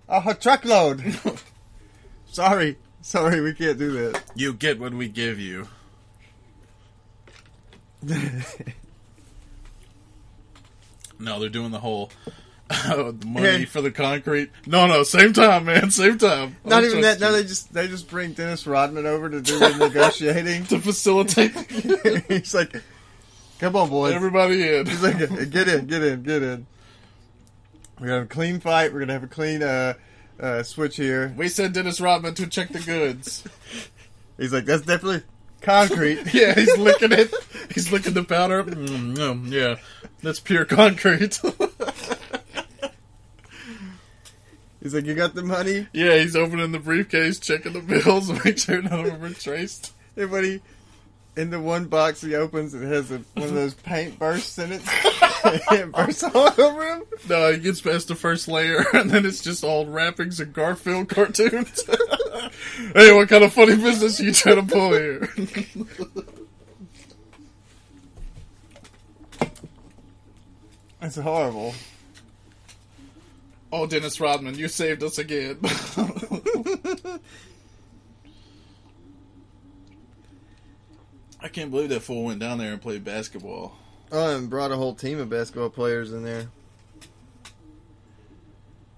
Speaker 4: a hot truckload. sorry, sorry, we can't do that.
Speaker 5: You get what we give you. No, they're doing the whole the money
Speaker 4: Yeah.
Speaker 5: for the concrete. No, no, same time, man, same time.
Speaker 4: Not
Speaker 5: I'll
Speaker 4: even that.
Speaker 5: trust
Speaker 4: No,
Speaker 5: you
Speaker 4: they just they just bring Dennis Rodman over to do the negotiating.
Speaker 5: to facilitate the-
Speaker 4: He's like, "Come on, boys."
Speaker 5: everybody in.
Speaker 4: He's like, "Get in, get in, get in." We're gonna have a clean fight. We're gonna have a clean uh, uh, switch here.
Speaker 5: We sent Dennis Rodman to check the goods.
Speaker 4: He's like, "That's definitely concrete."
Speaker 5: Yeah, he's licking it. He's licking the powder. Mm, mm, yeah, that's pure concrete.
Speaker 4: He's like, "You got the money."
Speaker 5: yeah, he's opening the briefcase, checking the bills, make sure none of them are traced.
Speaker 4: Everybody in the one box he opens, it has a, one of those paint bursts in it. it bursts all over him.
Speaker 5: No, he uh, gets past the first layer, and then it's just all wrappings and Garfield cartoons. hey, what kind of funny business are you trying to pull here?
Speaker 4: It's horrible.
Speaker 5: oh, Dennis Rodman, you saved us again. I can't believe that fool went down there and played basketball.
Speaker 4: Oh, and brought a whole team of basketball players in there.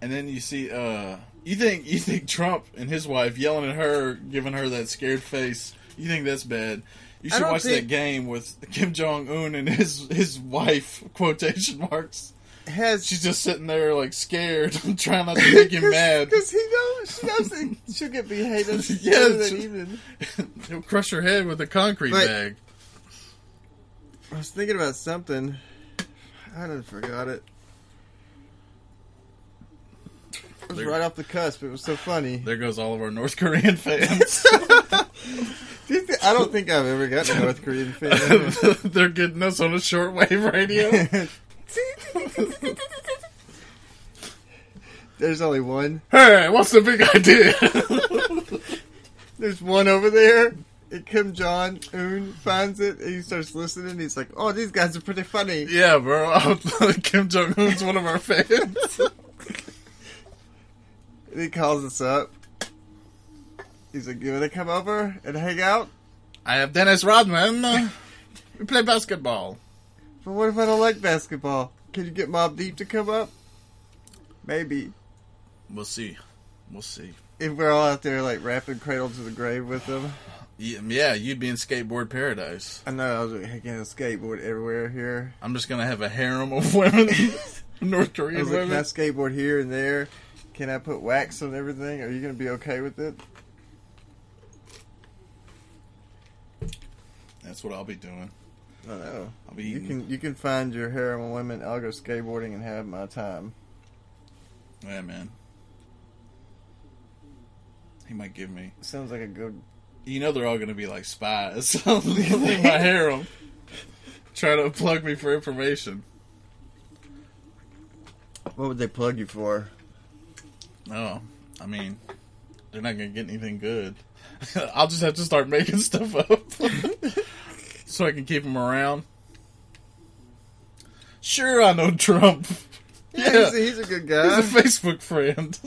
Speaker 5: And then you see, uh, you think you think Trump and his wife yelling at her, giving her that scared face You think that's bad? You
Speaker 4: I
Speaker 5: should
Speaker 4: don't
Speaker 5: watch that
Speaker 4: think-
Speaker 5: game with Kim Jong Un and his his wife quotation marks.
Speaker 4: Has
Speaker 5: She's just sitting there like scared, trying not to make him mad.
Speaker 4: because he knows she knows that she'll get behaved as
Speaker 5: Yeah,
Speaker 4: yeah, that
Speaker 5: she-
Speaker 4: even.
Speaker 5: He'll crush her head with a concrete
Speaker 4: Like-
Speaker 5: bag.
Speaker 4: I was thinking about something. I done forgot it. It was
Speaker 5: There-
Speaker 4: right off the cusp. It was so funny.
Speaker 5: There goes all of our North Korean fans.
Speaker 4: Do you thi- I don't think I've ever gotten a North Korean fan.
Speaker 5: They're getting us on a shortwave radio.
Speaker 4: There's only one.
Speaker 5: Hey, what's the big idea?
Speaker 4: There's one over there. And Kim Jong Un finds it and he starts listening. He's like, "Oh, these guys are pretty funny."
Speaker 5: yeah, bro. Kim Jong Un's one of our fans.
Speaker 4: And he calls us up. He's like, "You want to come over and hang out?"
Speaker 5: I have Dennis Rodman. We play basketball.
Speaker 4: But what if I don't like basketball? Can you get Mob Deep to come up? Maybe.
Speaker 5: We'll see. We'll see.
Speaker 4: If we're all out there like rapping Cradle to the Grave with them.
Speaker 5: Y- Yeah, you'd be in skateboard paradise.
Speaker 4: I know I was like, hanging a skateboard everywhere here.
Speaker 5: I'm just gonna have a harem of women, North
Speaker 4: I
Speaker 5: Korean
Speaker 4: was like, can I
Speaker 5: women.
Speaker 4: skateboard here and there? Can I put wax on everything? Are you going to be okay with it?
Speaker 5: That's what I'll be doing.
Speaker 4: I don't know.
Speaker 5: I'll be
Speaker 4: You
Speaker 5: eating.
Speaker 4: can you can find your harem of women. I'll go skateboarding and have my time.
Speaker 5: Yeah, man. He might give me.
Speaker 4: Sounds like a good.
Speaker 5: You know they're all gonna be like spies in my harem, trying to plug me for information.
Speaker 4: What would they plug you for?
Speaker 5: No, I mean, they're not gonna get anything good. I'll just have to start making stuff up so I can keep them around. Sure, I know Trump.
Speaker 4: Yeah,
Speaker 5: Yeah.
Speaker 4: He's, a, he's a good
Speaker 5: He's
Speaker 4: guy.
Speaker 5: a Facebook friend.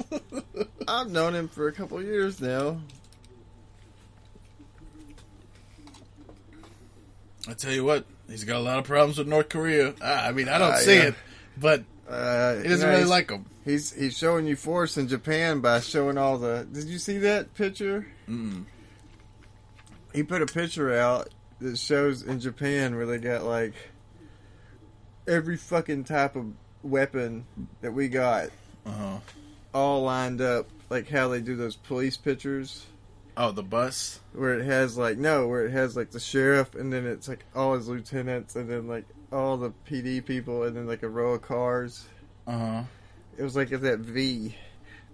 Speaker 4: I've known him for a couple of years now.
Speaker 5: I tell you what, he's got a lot of problems with North Korea. I I mean, I don't
Speaker 4: Ah,
Speaker 5: see
Speaker 4: yeah.
Speaker 5: it, but
Speaker 4: Uh,
Speaker 5: he doesn't really like him.
Speaker 4: He's he's showing you force in Japan by showing all the. Did you see that picture?
Speaker 5: Mm.
Speaker 4: He put a picture out that shows in Japan where they got like every fucking type of weapon that we got
Speaker 5: Uh-huh.
Speaker 4: all lined up, like how they do those police pictures
Speaker 5: Oh, the bus.
Speaker 4: where it has like no, where it has like the sheriff and then it's like all his lieutenants and then like all the PD people and then like a row of cars.
Speaker 5: Uh huh.
Speaker 4: It was like that V,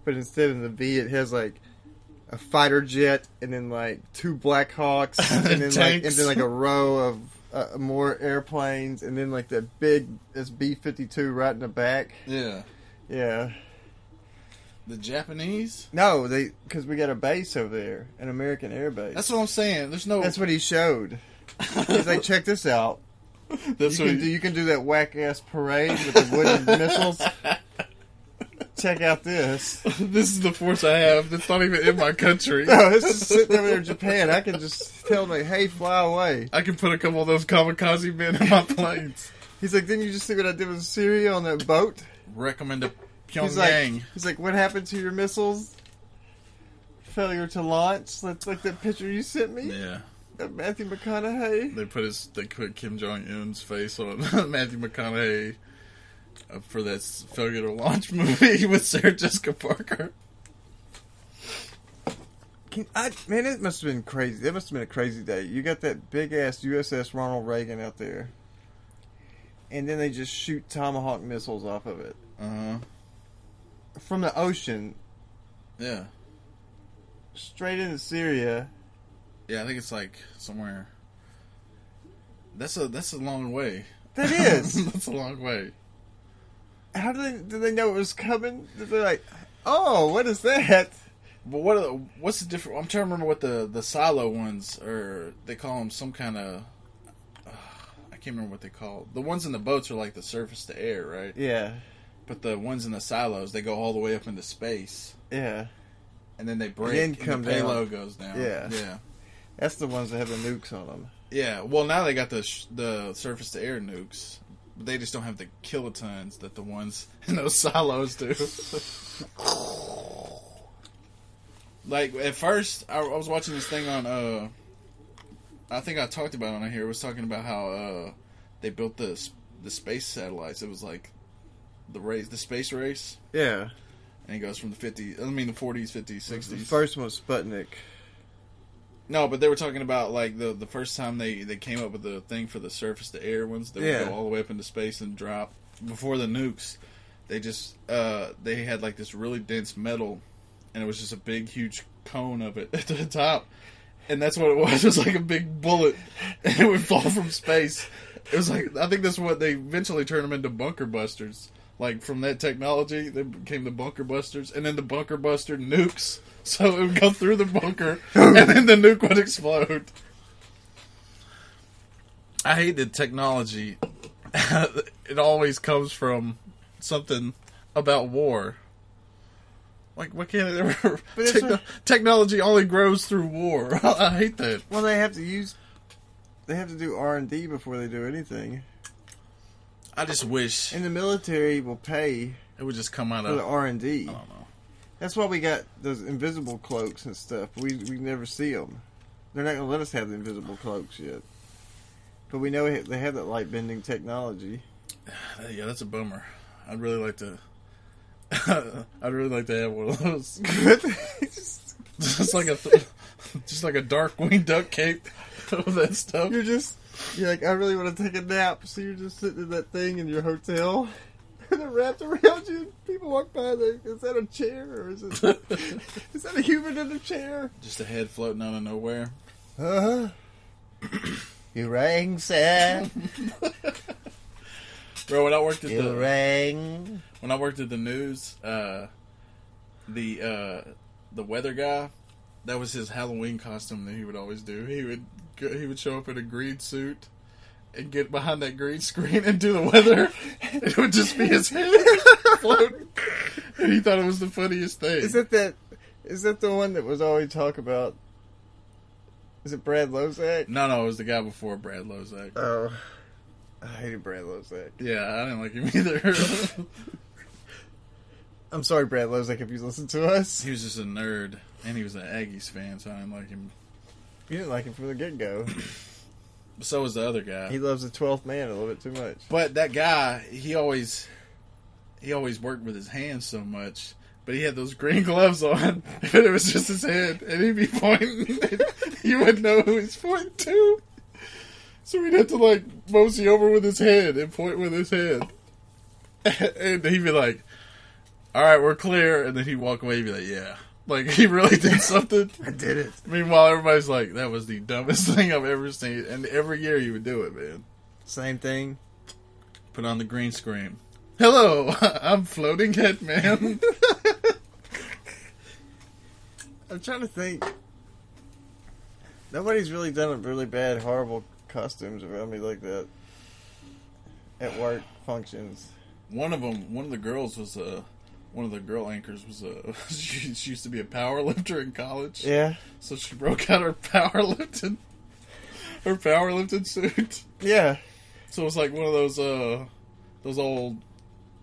Speaker 4: but instead of the V, it has like a fighter jet and then like two Black Hawks and then like and
Speaker 5: Tanks.
Speaker 4: then like a row of uh, more airplanes and then like that big this B fifty two right in the back.
Speaker 5: Yeah.
Speaker 4: Yeah,
Speaker 5: The Japanese.
Speaker 4: no, they because we got a base over there, an American air base.
Speaker 5: That's what I'm saying. There's no.
Speaker 4: That's what he showed. He's like, check this out.
Speaker 5: That's
Speaker 4: you
Speaker 5: what
Speaker 4: can do you can do that whack ass parade with the wooden missiles. Check out this.
Speaker 5: this is the force I have. That's not even in my country.
Speaker 4: No, this is sitting over there in Japan. I can just tell them, like, hey, fly away.
Speaker 5: I can put a couple of those kamikaze men in my planes.
Speaker 4: He's like, didn't you just see what I did with Syria on that boat?
Speaker 5: Recommend to
Speaker 4: He's like, he's like, what happened to your missiles? Failure to launch. That's like that picture you sent me.
Speaker 5: yeah,
Speaker 4: Of Matthew McConaughey.
Speaker 5: they put his they put Kim Jong Un's face on Matthew McConaughey uh, for that s- failure to launch movie with Sarah Jessica Parker.
Speaker 4: Can I, man, it must have been crazy. That must have been a crazy day. You got that big ass USS Ronald Reagan out there, and then they just shoot tomahawk missiles off of it
Speaker 5: Uh huh.
Speaker 4: from the ocean
Speaker 5: Yeah,
Speaker 4: straight into Syria.
Speaker 5: yeah. I think it's like somewhere. That's a that's a long way.
Speaker 4: That is.
Speaker 5: that's a long way.
Speaker 4: How do they did they know it was coming? Did they like, oh, what is that?
Speaker 5: But what are the, what's the difference? I'm trying to remember what the the silo ones or they call them some kind of I can't remember what they call the ones in the boats are like the surface to air, right?
Speaker 4: Yeah,
Speaker 5: But the ones in the silos they go all the way up into space
Speaker 4: yeah.
Speaker 5: and then they break
Speaker 4: then
Speaker 5: and,
Speaker 4: come
Speaker 5: the payload goes down.
Speaker 4: Yeah.
Speaker 5: yeah,
Speaker 4: That's the ones that have the nukes on them.
Speaker 5: yeah. Well, now they got the sh- the surface to air nukes. But they just don't have the kilotons that the ones in those silos do. like at first, I, I was watching this thing on uh I think I talked about it on here. Was talking about how uh, they built the s- the space satellites. It was like the race, the space race,
Speaker 4: Yeah.
Speaker 5: and it goes from the 50s. I mean the 40s, 50s, 60s.
Speaker 4: The first one was Sputnik.
Speaker 5: No, but they were talking about like the the first time they they came up with the thing for the surface to air ones that
Speaker 4: Yeah.
Speaker 5: would go all the way up into space and drop before the nukes. They just uh they had like this really dense metal, and it was just a big huge cone of it at the top, and that's what it was. It was like a big bullet, and it would fall from space. It was like I think that's what they eventually turned them into bunker busters. Like from that technology, they became the bunker busters, and then the bunker buster nukes. So it would go through the bunker, and then the nuke would explode. I hate that technology. it always comes from something about war. Like, why can't it ever?
Speaker 4: But it's
Speaker 5: Techno-
Speaker 4: not-
Speaker 5: technology only grows through war. I hate that.
Speaker 4: Well, they have to use. They have to do R and D before they do anything.
Speaker 5: I just wish
Speaker 4: And the military will pay
Speaker 5: it would just come out
Speaker 4: for the
Speaker 5: of.
Speaker 4: R and D.
Speaker 5: I don't know.
Speaker 4: That's why we got those invisible cloaks and stuff. We we never see them. They're not going to let us have the invisible cloaks yet. But we know they have that light bending technology.
Speaker 5: Yeah, that's a bummer. I'd really like to. I'd really like to have one of those. just like a, th- just like a dark winged duck cape of that stuff.
Speaker 4: You're just you're like, I really want to take a nap, so you're just sitting in that thing in your hotel, and they're wrapped around you. And people walk by, and they, is that a chair or is it? is that a human in a chair?
Speaker 5: Just a head floating out of nowhere.
Speaker 4: Uh huh. you rang, sir.
Speaker 5: Bro, when I worked at the
Speaker 4: rang.
Speaker 5: when I worked at the news, uh, the uh, the weather guy, that was his Halloween costume that he would always do. He would go, he would show up in a green suit and get behind that green screen and do the weather. it would just be his head floating. And he thought it was the funniest thing.
Speaker 4: Is it that? Is that the one that was always talk about? Is it Brad Lozak?
Speaker 5: no, no, it was the guy before Brad Lozak.
Speaker 4: Oh, I hated Brad Lozak.
Speaker 5: yeah, I didn't like him either.
Speaker 4: I'm sorry, Brad Lozak, if you listen to us.
Speaker 5: he was just a nerd, and he was an Aggies fan, so I didn't like him.
Speaker 4: You didn't like him from the get go.
Speaker 5: But so was the other guy.
Speaker 4: He loves the twelfth man a little bit too much.
Speaker 5: But that guy, he always he always worked with his hands so much. But he had those green gloves on, but it was just his head, and he'd be pointing. and you wouldn't know who he's pointing to, so we'd have to like mosey over with his head and point with his head, and he'd be like, "All right, we're clear," and then he'd walk away. He'd be like, "Yeah." Like he really did something.
Speaker 4: I did it.
Speaker 5: Meanwhile, everybody's like, "That was the dumbest thing I've ever seen." And every year you would do it, man
Speaker 4: Same thing.
Speaker 5: put on the green screen. Hello, I'm floating head man.
Speaker 4: I'm trying to think. Nobody's really done a really bad, horrible costumes around me like that. At work functions.
Speaker 5: one of them, one of the girls was a, one of the girl anchors was a. She, she used to be a power lifter in college,
Speaker 4: Yeah.
Speaker 5: so she broke out her power lifting, her power lifting suit.
Speaker 4: Yeah.
Speaker 5: So it was like one of those uh, those old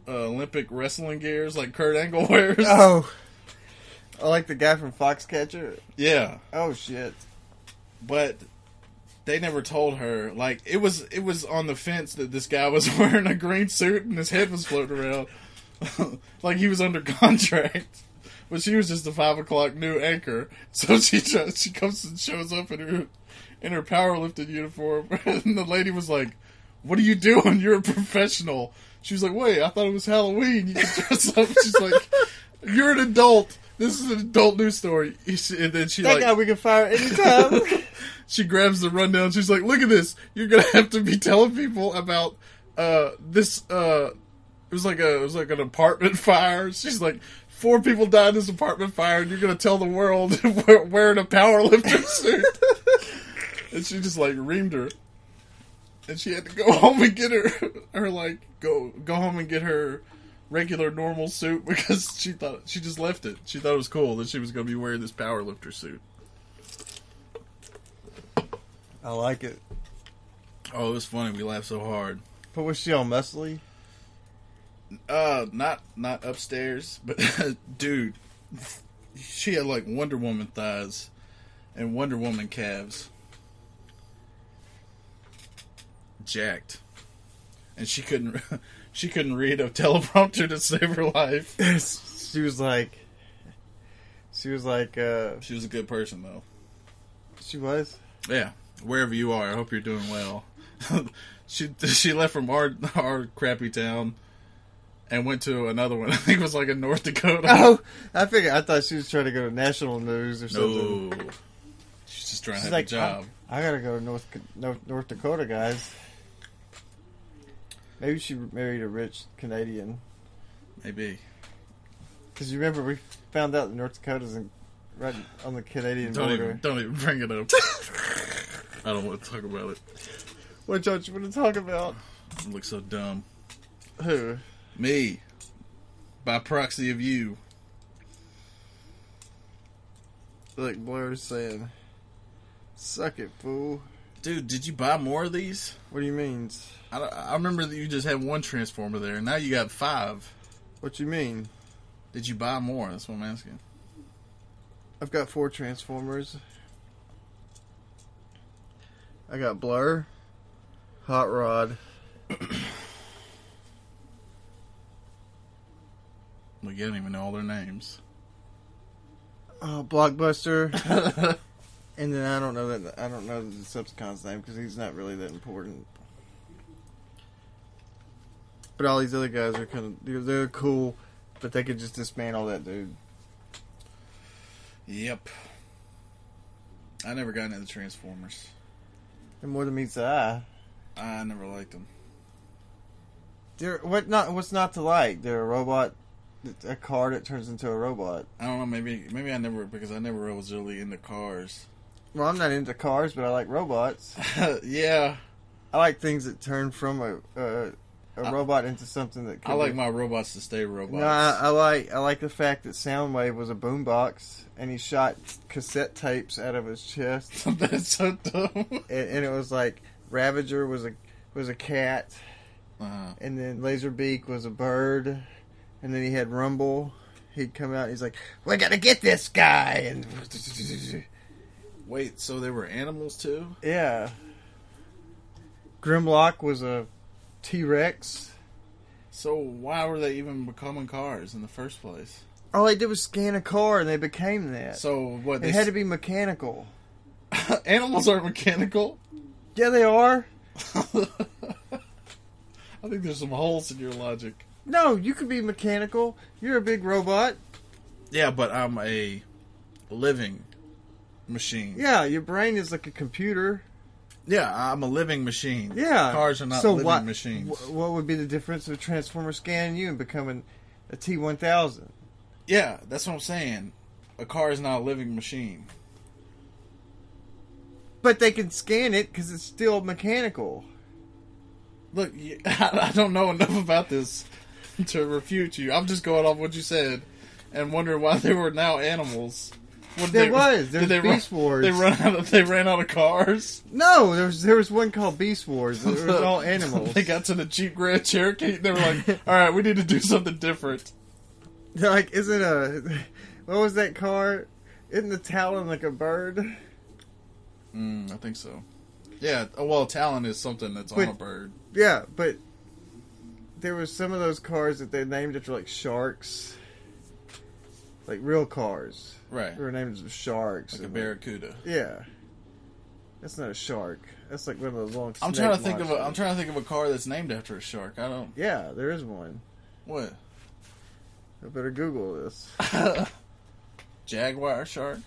Speaker 5: uh, Olympic wrestling gears like Kurt Angle wears.
Speaker 4: Oh. I like the guy from Foxcatcher.
Speaker 5: Yeah,
Speaker 4: Oh shit.
Speaker 5: but they never told her. Like it was, it was on the fence that this guy was wearing a green suit and his head was floating around, like he was under contract. But she was just a five o'clock new anchor, so she just, she comes and shows up in her in her powerlifting uniform, and the lady was like, "What are you doing? You're a professional." She was like, "Wait, I thought it was Halloween. You can dress up." She's like, "You're an adult. This is an adult news story." And then she
Speaker 4: That
Speaker 5: like,
Speaker 4: guy we can fire anytime.
Speaker 5: she grabs the rundown. She's like, "Look at this. You're gonna have to be telling people about uh, this. Uh, it was like a it was like an apartment fire." She's like, four people died in this apartment fire, and you're gonna tell the world we're wearing a powerlifter suit." and she just like reamed her, and she had to go home and get her her like go go home and get her regular normal suit because she thought she just left it. She thought it was cool that she was gonna be wearing this powerlifter suit.
Speaker 4: I like it.
Speaker 5: Oh, it was funny. We laughed so hard.
Speaker 4: But was she all muscly?
Speaker 5: Uh, not not upstairs, but dude, she had like Wonder Woman thighs and Wonder Woman calves. jacked, and she couldn't she couldn't read a teleprompter to save her life.
Speaker 4: she was like, she was like, uh,
Speaker 5: She was a good person though.
Speaker 4: she was.
Speaker 5: Yeah, wherever you are, I hope you're doing well. she she left from our our crappy town and went to another one. I think it was like in North Dakota.
Speaker 4: Oh, I figured. I thought she was trying to go to national news or something.
Speaker 5: no, she's just trying
Speaker 4: She's
Speaker 5: to have
Speaker 4: like,
Speaker 5: a job.
Speaker 4: I, I gotta go to North, North North Dakota, guys. Maybe she married a rich Canadian.
Speaker 5: Maybe
Speaker 4: Because you remember we found out that North Dakota's in, right on the Canadian
Speaker 5: don't
Speaker 4: border.
Speaker 5: even don't even bring it up. I don't want to talk about it.
Speaker 4: What don't you want to talk about?
Speaker 5: I look so dumb.
Speaker 4: Who?
Speaker 5: Me, by proxy of you.
Speaker 4: Like Blair's saying, "Suck it, fool."
Speaker 5: Dude, did you buy more of these?
Speaker 4: What do you mean?
Speaker 5: I, I remember that you just had one transformer there, and now you got five.
Speaker 4: What you mean?
Speaker 5: Did you buy more? That's what I'm asking.
Speaker 4: I've got four Transformers. I got Blur, Hot Rod.
Speaker 5: Like, I don't even know all their names.
Speaker 4: uh, Blockbuster, and then I don't know that I don't know the Subcon's name because he's not really that important. But all these other guys are kind of they're, they're cool, but they could just dismantle that dude.
Speaker 5: Yep. I never got into the Transformers.
Speaker 4: And more than meets the eye.
Speaker 5: I never liked them.
Speaker 4: They're what not what's not to like? They're a robot, a car that turns into a robot.
Speaker 5: I don't know. Maybe maybe I never because I never was really into cars.
Speaker 4: Well, I'm not into cars, but I like robots.
Speaker 5: yeah,
Speaker 4: I like things that turn from a a, a
Speaker 5: I-
Speaker 4: robot into something that. Can
Speaker 5: I like
Speaker 4: be-
Speaker 5: my robots to stay robots.
Speaker 4: No, I, I like I like the fact that Soundwave was a boombox, and he shot cassette tapes out of his chest,
Speaker 5: That's so dumb.
Speaker 4: and, and it was like Ravager was a was a cat,
Speaker 5: Uh,
Speaker 4: and then Laserbeak was a bird, and then he had Rumble. He'd come out, and he's like, "We gotta get this guy," and
Speaker 5: wait, so they were animals too?
Speaker 4: yeah, Grimlock was a T Rex.
Speaker 5: So why were they even becoming cars in the first place?
Speaker 4: All they did was scan a car, and they became that.
Speaker 5: So what? They
Speaker 4: it had to be mechanical.
Speaker 5: s- animals aren't mechanical.
Speaker 4: Yeah, they are.
Speaker 5: I think there's some holes in your logic.
Speaker 4: No, you could be mechanical. You're a big robot.
Speaker 5: Yeah, but I'm a living machine.
Speaker 4: Yeah, your brain is like a computer.
Speaker 5: Yeah, I'm a living machine.
Speaker 4: Yeah,
Speaker 5: Cars are not
Speaker 4: so
Speaker 5: living
Speaker 4: what,
Speaker 5: machines.
Speaker 4: wh- What would be the difference of Transformer scanning you and becoming a T1000?
Speaker 5: yeah, that's what I'm saying. A car is not a living machine.
Speaker 4: But they can scan it because it's still mechanical.
Speaker 5: Look, you- I don't know enough about this to refute you. I'm just going off what you said and wondering why they were now animals. What did
Speaker 4: There
Speaker 5: they-
Speaker 4: was.
Speaker 5: did
Speaker 4: There's
Speaker 5: they
Speaker 4: Beast
Speaker 5: run,
Speaker 4: Wars.
Speaker 5: They ran out. Of, they ran out of cars.
Speaker 4: No, there was there was one called Beast Wars. It was all animals.
Speaker 5: they got to the Jeep Grand Cherokee. and They were like, "All right, we need to do something different."
Speaker 4: They're like, isn't a what was that car? Isn't the Talon like a bird?
Speaker 5: Mm, I think so. Yeah. oh, Well, Talon is something that's on
Speaker 4: But-
Speaker 5: a bird.
Speaker 4: Yeah, but there was some of those cars that they named after like sharks, like real cars.
Speaker 5: Right.
Speaker 4: They were named after sharks.
Speaker 5: Like a
Speaker 4: and,
Speaker 5: barracuda.
Speaker 4: yeah, that's not a shark. That's like one of those long.
Speaker 5: I'm
Speaker 4: snake
Speaker 5: trying to think of a.
Speaker 4: monsters.
Speaker 5: I'm trying to think of a car that's named after a shark. I don't.
Speaker 4: Yeah, there is one.
Speaker 5: What?
Speaker 4: I better Google this.
Speaker 5: Jaguar shark?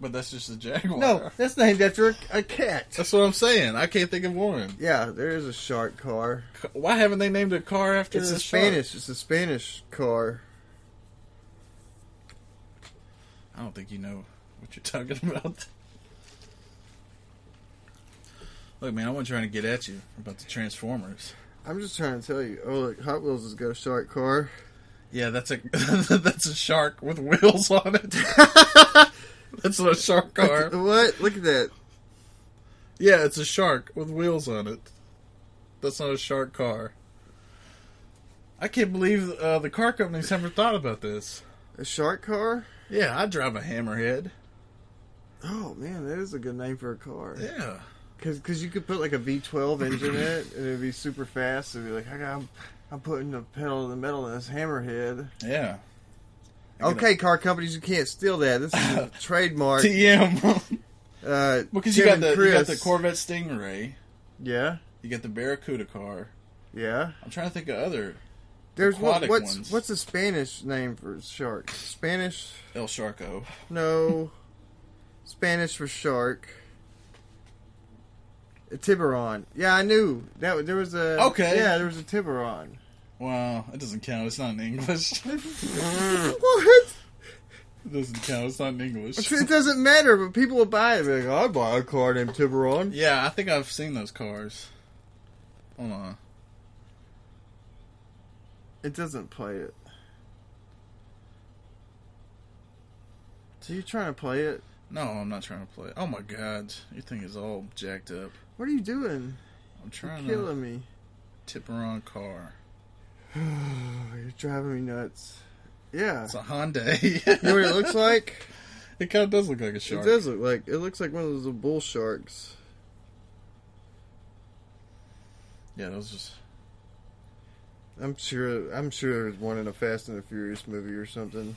Speaker 5: But that's just a jaguar.
Speaker 4: No, that's named after a, a cat.
Speaker 5: That's what I'm saying. I can't think of one.
Speaker 4: Yeah, there is a shark car.
Speaker 5: Why haven't they named a car after
Speaker 4: It's
Speaker 5: a,
Speaker 4: a
Speaker 5: shark?
Speaker 4: Spanish. It's a Spanish car.
Speaker 5: I don't think you know what you're talking about. Look, man, I wasn't trying to get at you about the Transformers.
Speaker 4: I'm just trying to tell you. Oh, look, Hot Wheels has got a shark car.
Speaker 5: Yeah, that's a that's a shark with wheels on it. that's not a shark car.
Speaker 4: What? Look at that.
Speaker 5: Yeah, it's a shark with wheels on it. That's not a shark car. I can't believe uh, the car companies haven't thought about this.
Speaker 4: A shark car?
Speaker 5: Yeah, I drive a hammerhead.
Speaker 4: Oh man, that is a good name for a car.
Speaker 5: Yeah.
Speaker 4: Cause, Cause, you could put like a V12 engine in it, and it'd be super fast. It'd be like, I got, I'm, I'm putting the pedal to the metal in this hammerhead.
Speaker 5: Yeah.
Speaker 4: Okay, car companies, you can't steal that. This is a trademark.
Speaker 5: TM.
Speaker 4: Uh,
Speaker 5: because
Speaker 4: Tim
Speaker 5: you got
Speaker 4: and
Speaker 5: the you got
Speaker 4: Chris.
Speaker 5: the Corvette Stingray.
Speaker 4: Yeah,
Speaker 5: You got the Barracuda car.
Speaker 4: yeah.
Speaker 5: I'm trying to think of other
Speaker 4: There's what,
Speaker 5: Aquatic
Speaker 4: what's
Speaker 5: ones.
Speaker 4: what's the Spanish name for shark? Spanish?
Speaker 5: El Sharko.
Speaker 4: No. Spanish for shark. A tiburon. Yeah, I knew that. There was a
Speaker 5: Okay.
Speaker 4: Yeah, there was a tiburon.
Speaker 5: Wow, it doesn't count. It's not in English. it
Speaker 4: what?
Speaker 5: doesn't count. It's not in English.
Speaker 4: Mm. It doesn't matter, but people will buy it. They're Like, I buy a car named Tiburon.
Speaker 5: yeah, I think I've seen those cars. Hold on.
Speaker 4: It doesn't play it. So you trying to play it?
Speaker 5: No, I'm not trying to play. Oh my god, your thing is all jacked up.
Speaker 4: What are you doing?
Speaker 5: I'm
Speaker 4: You're
Speaker 5: trying to
Speaker 4: killing me.
Speaker 5: tip around a car.
Speaker 4: Oh, You're driving me nuts. Yeah.
Speaker 5: It's a Hyundai.
Speaker 4: You know what it looks like?
Speaker 5: It kind of does look like a shark.
Speaker 4: It does look like it looks like one of those little bull sharks.
Speaker 5: Yeah, those just.
Speaker 4: I'm sure. I'm sure there's one in a Fast and the Furious movie or something.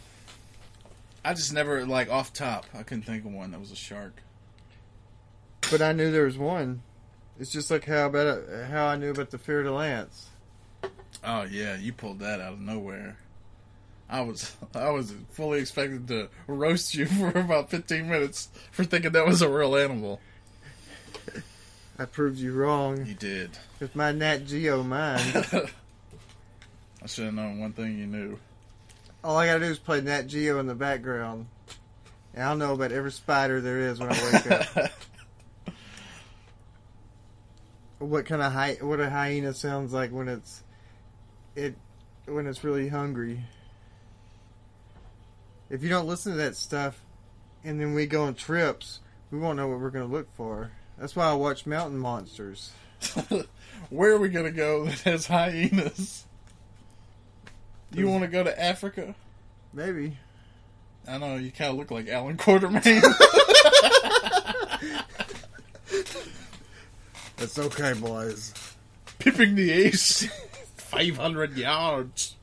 Speaker 5: I just never like off top. I couldn't think of one that was a shark.
Speaker 4: But I knew there was one. It's just like how about how I knew about the Fear to Lance.
Speaker 5: Oh yeah, you pulled that out of nowhere. I was I was fully expected to roast you for about 15 minutes for thinking that was a real animal.
Speaker 4: I proved you wrong
Speaker 5: You did.
Speaker 4: with my Nat Geo mind.
Speaker 5: I should have known one thing you knew.
Speaker 4: All I gotta do is play Nat Geo in the background, and I'll know about every spider there is when I wake up. what kind of hy- what a hyena sounds like when it's it when it's really hungry. If you don't listen to that stuff, and then we go on trips, we won't know what we're going to look for. That's why I watch Mountain Monsters.
Speaker 5: Where are we gonna go that has hyenas? Do you want to go to Africa?
Speaker 4: Maybe
Speaker 5: I know you kind of look like Alan Quartermain.
Speaker 4: it's okay, boys.
Speaker 5: Pipping the ace, five hundred yards.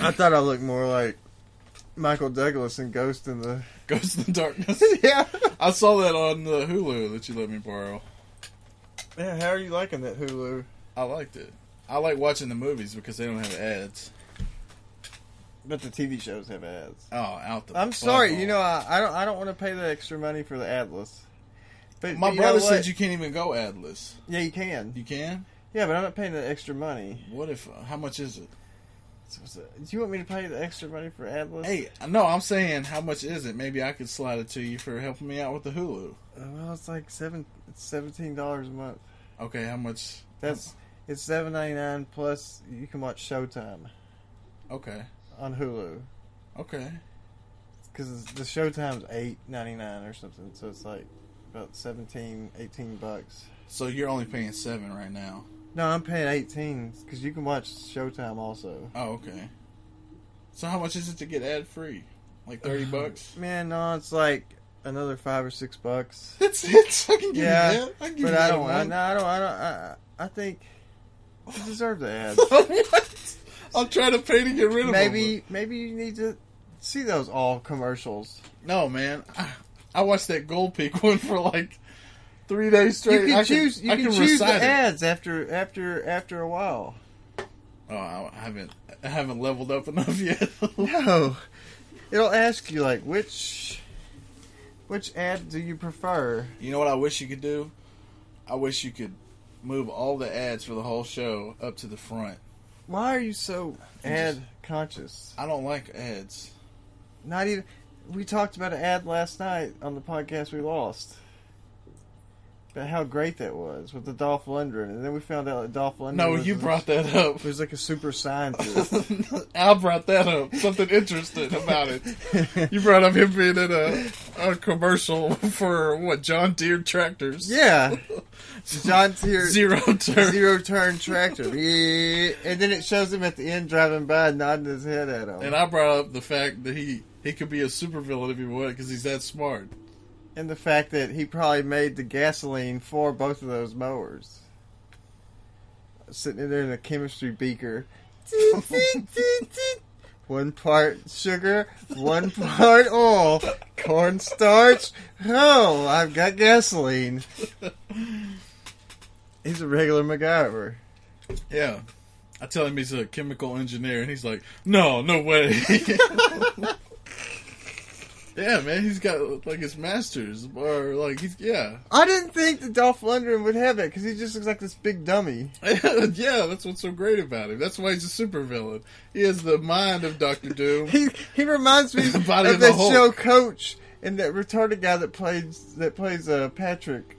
Speaker 4: I thought I looked more like Michael Douglas and Ghost in the
Speaker 5: Goes in the darkness.
Speaker 4: yeah.
Speaker 5: I saw that on the Hulu that you let me borrow.
Speaker 4: Yeah, how are you liking that Hulu?
Speaker 5: I liked it. I like watching the movies because they don't have ads.
Speaker 4: But the TV shows have ads.
Speaker 5: Oh, out the.
Speaker 4: I'm
Speaker 5: fuck
Speaker 4: sorry,
Speaker 5: off.
Speaker 4: you know I, I don't I don't want to pay the extra money for the Atlas. But
Speaker 5: my
Speaker 4: you know
Speaker 5: brother
Speaker 4: what?
Speaker 5: said you can't even go adless.
Speaker 4: Yeah, you can.
Speaker 5: You can.
Speaker 4: Yeah, but I'm not paying the extra money.
Speaker 5: What if? Uh, how much is it?
Speaker 4: So- so- do you want me to pay the extra money for Atlas?
Speaker 5: Hey, no, I'm saying how much is it? Maybe I could slide it to you for helping me out with the Hulu.
Speaker 4: Uh, well, it's like seven. It's seventeen dollars a month.
Speaker 5: Okay, how much?
Speaker 4: That's it's seven ninety nine plus. You can watch Showtime
Speaker 5: Okay,
Speaker 4: on Hulu
Speaker 5: okay.
Speaker 4: because the Showtime's eight ninety nine or something. So it's like about 17, 18 bucks.
Speaker 5: So you're only paying seven right now.
Speaker 4: No, I'm paying eighteen because you can watch Showtime also.
Speaker 5: Oh, okay. So how much is it to get ad free? Like thirty bucks.
Speaker 4: Man, no, it's like another five or six bucks.
Speaker 5: That's it. I can give
Speaker 4: Yeah,
Speaker 5: you that. I can give you
Speaker 4: But I
Speaker 5: that
Speaker 4: don't. I,
Speaker 5: one.
Speaker 4: no, I don't. I don't. I, I I think you deserve the ads.
Speaker 5: What? I'm trying to pay to get rid of them.
Speaker 4: maybe maybe you need to see those all commercials.
Speaker 5: No, man. I, I watched that Gold Peak one for like three days straight.
Speaker 4: You can
Speaker 5: I
Speaker 4: choose. you
Speaker 5: I
Speaker 4: can, choose the
Speaker 5: recite it.
Speaker 4: ads after after after a while.
Speaker 5: Oh, I haven't, I haven't leveled up enough yet.
Speaker 4: No, it'll ask you like which which ad do you prefer?
Speaker 5: you know what I wish you could do? I wish you could move all the ads for the whole show up to the front.
Speaker 4: Why are you so ad conscious?
Speaker 5: I don't like ads.
Speaker 4: Not even. We talked about an ad last night on the podcast we lost. About how great that was with the Dolph Lundgren, and then we found out that Dolph Lundgren.
Speaker 5: No,
Speaker 4: was
Speaker 5: you
Speaker 4: a-
Speaker 5: brought that up.
Speaker 4: was like a super scientist.
Speaker 5: Al brought that up. Something interesting about it. You brought up him being in a, a commercial for what John Deere tractors.
Speaker 4: yeah, John Tier
Speaker 5: Zero turn.
Speaker 4: zero turn tractor, Yeah. and then it shows him at the end driving by, nodding his head at him.
Speaker 5: And I brought up the fact that he he could be a supervillain if he wanted because he's that smart.
Speaker 4: and the fact that he probably made the gasoline for both of those mowers. Sitting in there in a chemistry beaker. one part sugar, one part oil, cornstarch. Oh, I've got gasoline. He's a regular MacGyver.
Speaker 5: Yeah. I tell him he's a chemical engineer, and he's like, "No, no way." yeah, man, he's got like his masters, or like he's yeah,
Speaker 4: I didn't think that Dolph Lundgren would have it because he just looks like this big dummy.
Speaker 5: yeah. That's what's so great about him. That's why he's a supervillain. He has the mind of Doctor Doom.
Speaker 4: He he reminds me
Speaker 5: The body
Speaker 4: of
Speaker 5: of the
Speaker 4: that
Speaker 5: Hulk.
Speaker 4: show Coach and that retarded guy that plays that plays uh, Patrick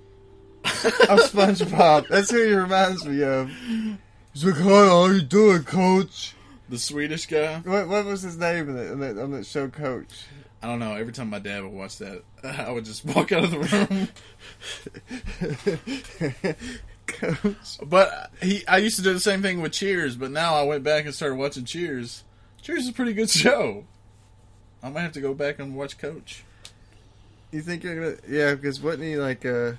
Speaker 4: of SpongeBob. That's who he reminds me of. He's like, "Hi, how you doing, Coach?"
Speaker 5: the Swedish guy.
Speaker 4: What what was his name in that, in that, on that show Coach?
Speaker 5: I don't know. Every time my dad would watch that, I would just walk out of the room.
Speaker 4: Coach.
Speaker 5: But he, I used to do the same thing with Cheers, but now I went back and started watching Cheers. Cheers is a pretty good show. I might have to go back and watch Coach.
Speaker 4: You think you're gonna? Yeah, because wasn't he like uh?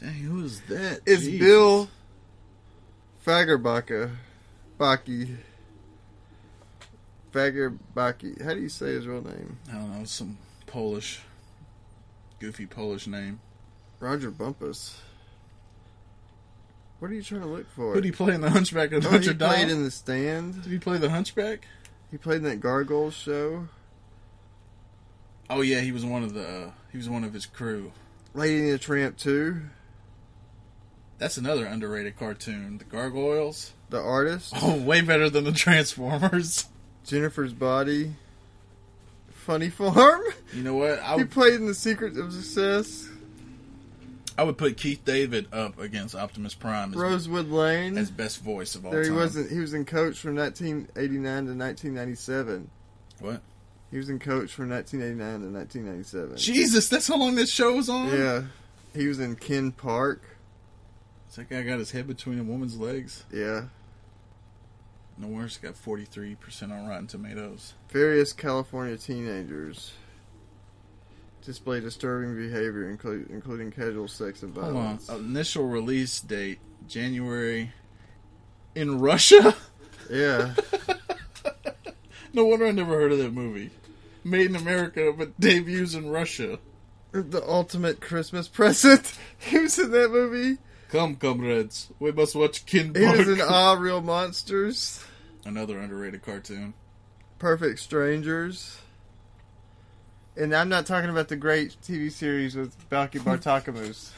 Speaker 5: Dang, who is that?
Speaker 4: It's
Speaker 5: Jeez.
Speaker 4: Bill Fagerbakke. Baki. Fagerbaki. How do you say his real name?
Speaker 5: I don't know, some Polish, goofy Polish name.
Speaker 4: Roger Bumpus. What are you trying to look for?
Speaker 5: Who did he play in The Hunchback of
Speaker 4: Oh,
Speaker 5: Notre
Speaker 4: he
Speaker 5: Dame?
Speaker 4: played in the stand.
Speaker 5: did he play The Hunchback?
Speaker 4: He played in that Gargoyle show.
Speaker 5: Oh yeah, he was one of the uh, he was one of his crew.
Speaker 4: Lady and the Tramp 2.
Speaker 5: That's another underrated cartoon. The Gargoyles.
Speaker 4: The Artist.
Speaker 5: Oh, way better than the Transformers.
Speaker 4: Jennifer's Body. Funny Farm.
Speaker 5: You know what? I
Speaker 4: He
Speaker 5: would
Speaker 4: played in The Secret of Success.
Speaker 5: I would put Keith David up against Optimus Prime as,
Speaker 4: Rosewood Lane.
Speaker 5: as best voice of all
Speaker 4: There he
Speaker 5: time.
Speaker 4: wasn't. He was in coach from 1989 to 1997.
Speaker 5: What?
Speaker 4: He was in coach from 1989 to 1997.
Speaker 5: Jesus, that's how long this show was on.
Speaker 4: Yeah, he was in Ken Park.
Speaker 5: Is that guy got his head between a woman's legs.
Speaker 4: Yeah,
Speaker 5: No worse. Got forty three percent on Rotten Tomatoes.
Speaker 4: various California teenagers display disturbing behavior, inclu- including casual sex and
Speaker 5: Hold on.
Speaker 4: violence.
Speaker 5: Uh, Initial release date January in Russia.
Speaker 4: Yeah,
Speaker 5: No wonder I never heard of that movie. Made in America, but debuts in Russia.
Speaker 4: the ultimate Christmas present. He was in that movie.
Speaker 5: Come, comrades, we must watch Kin
Speaker 4: He was in
Speaker 5: Park.
Speaker 4: Ah Real Monsters,
Speaker 5: Another underrated cartoon.
Speaker 4: Perfect Strangers. And I'm not talking about the great TV series with Balky Bartakamus.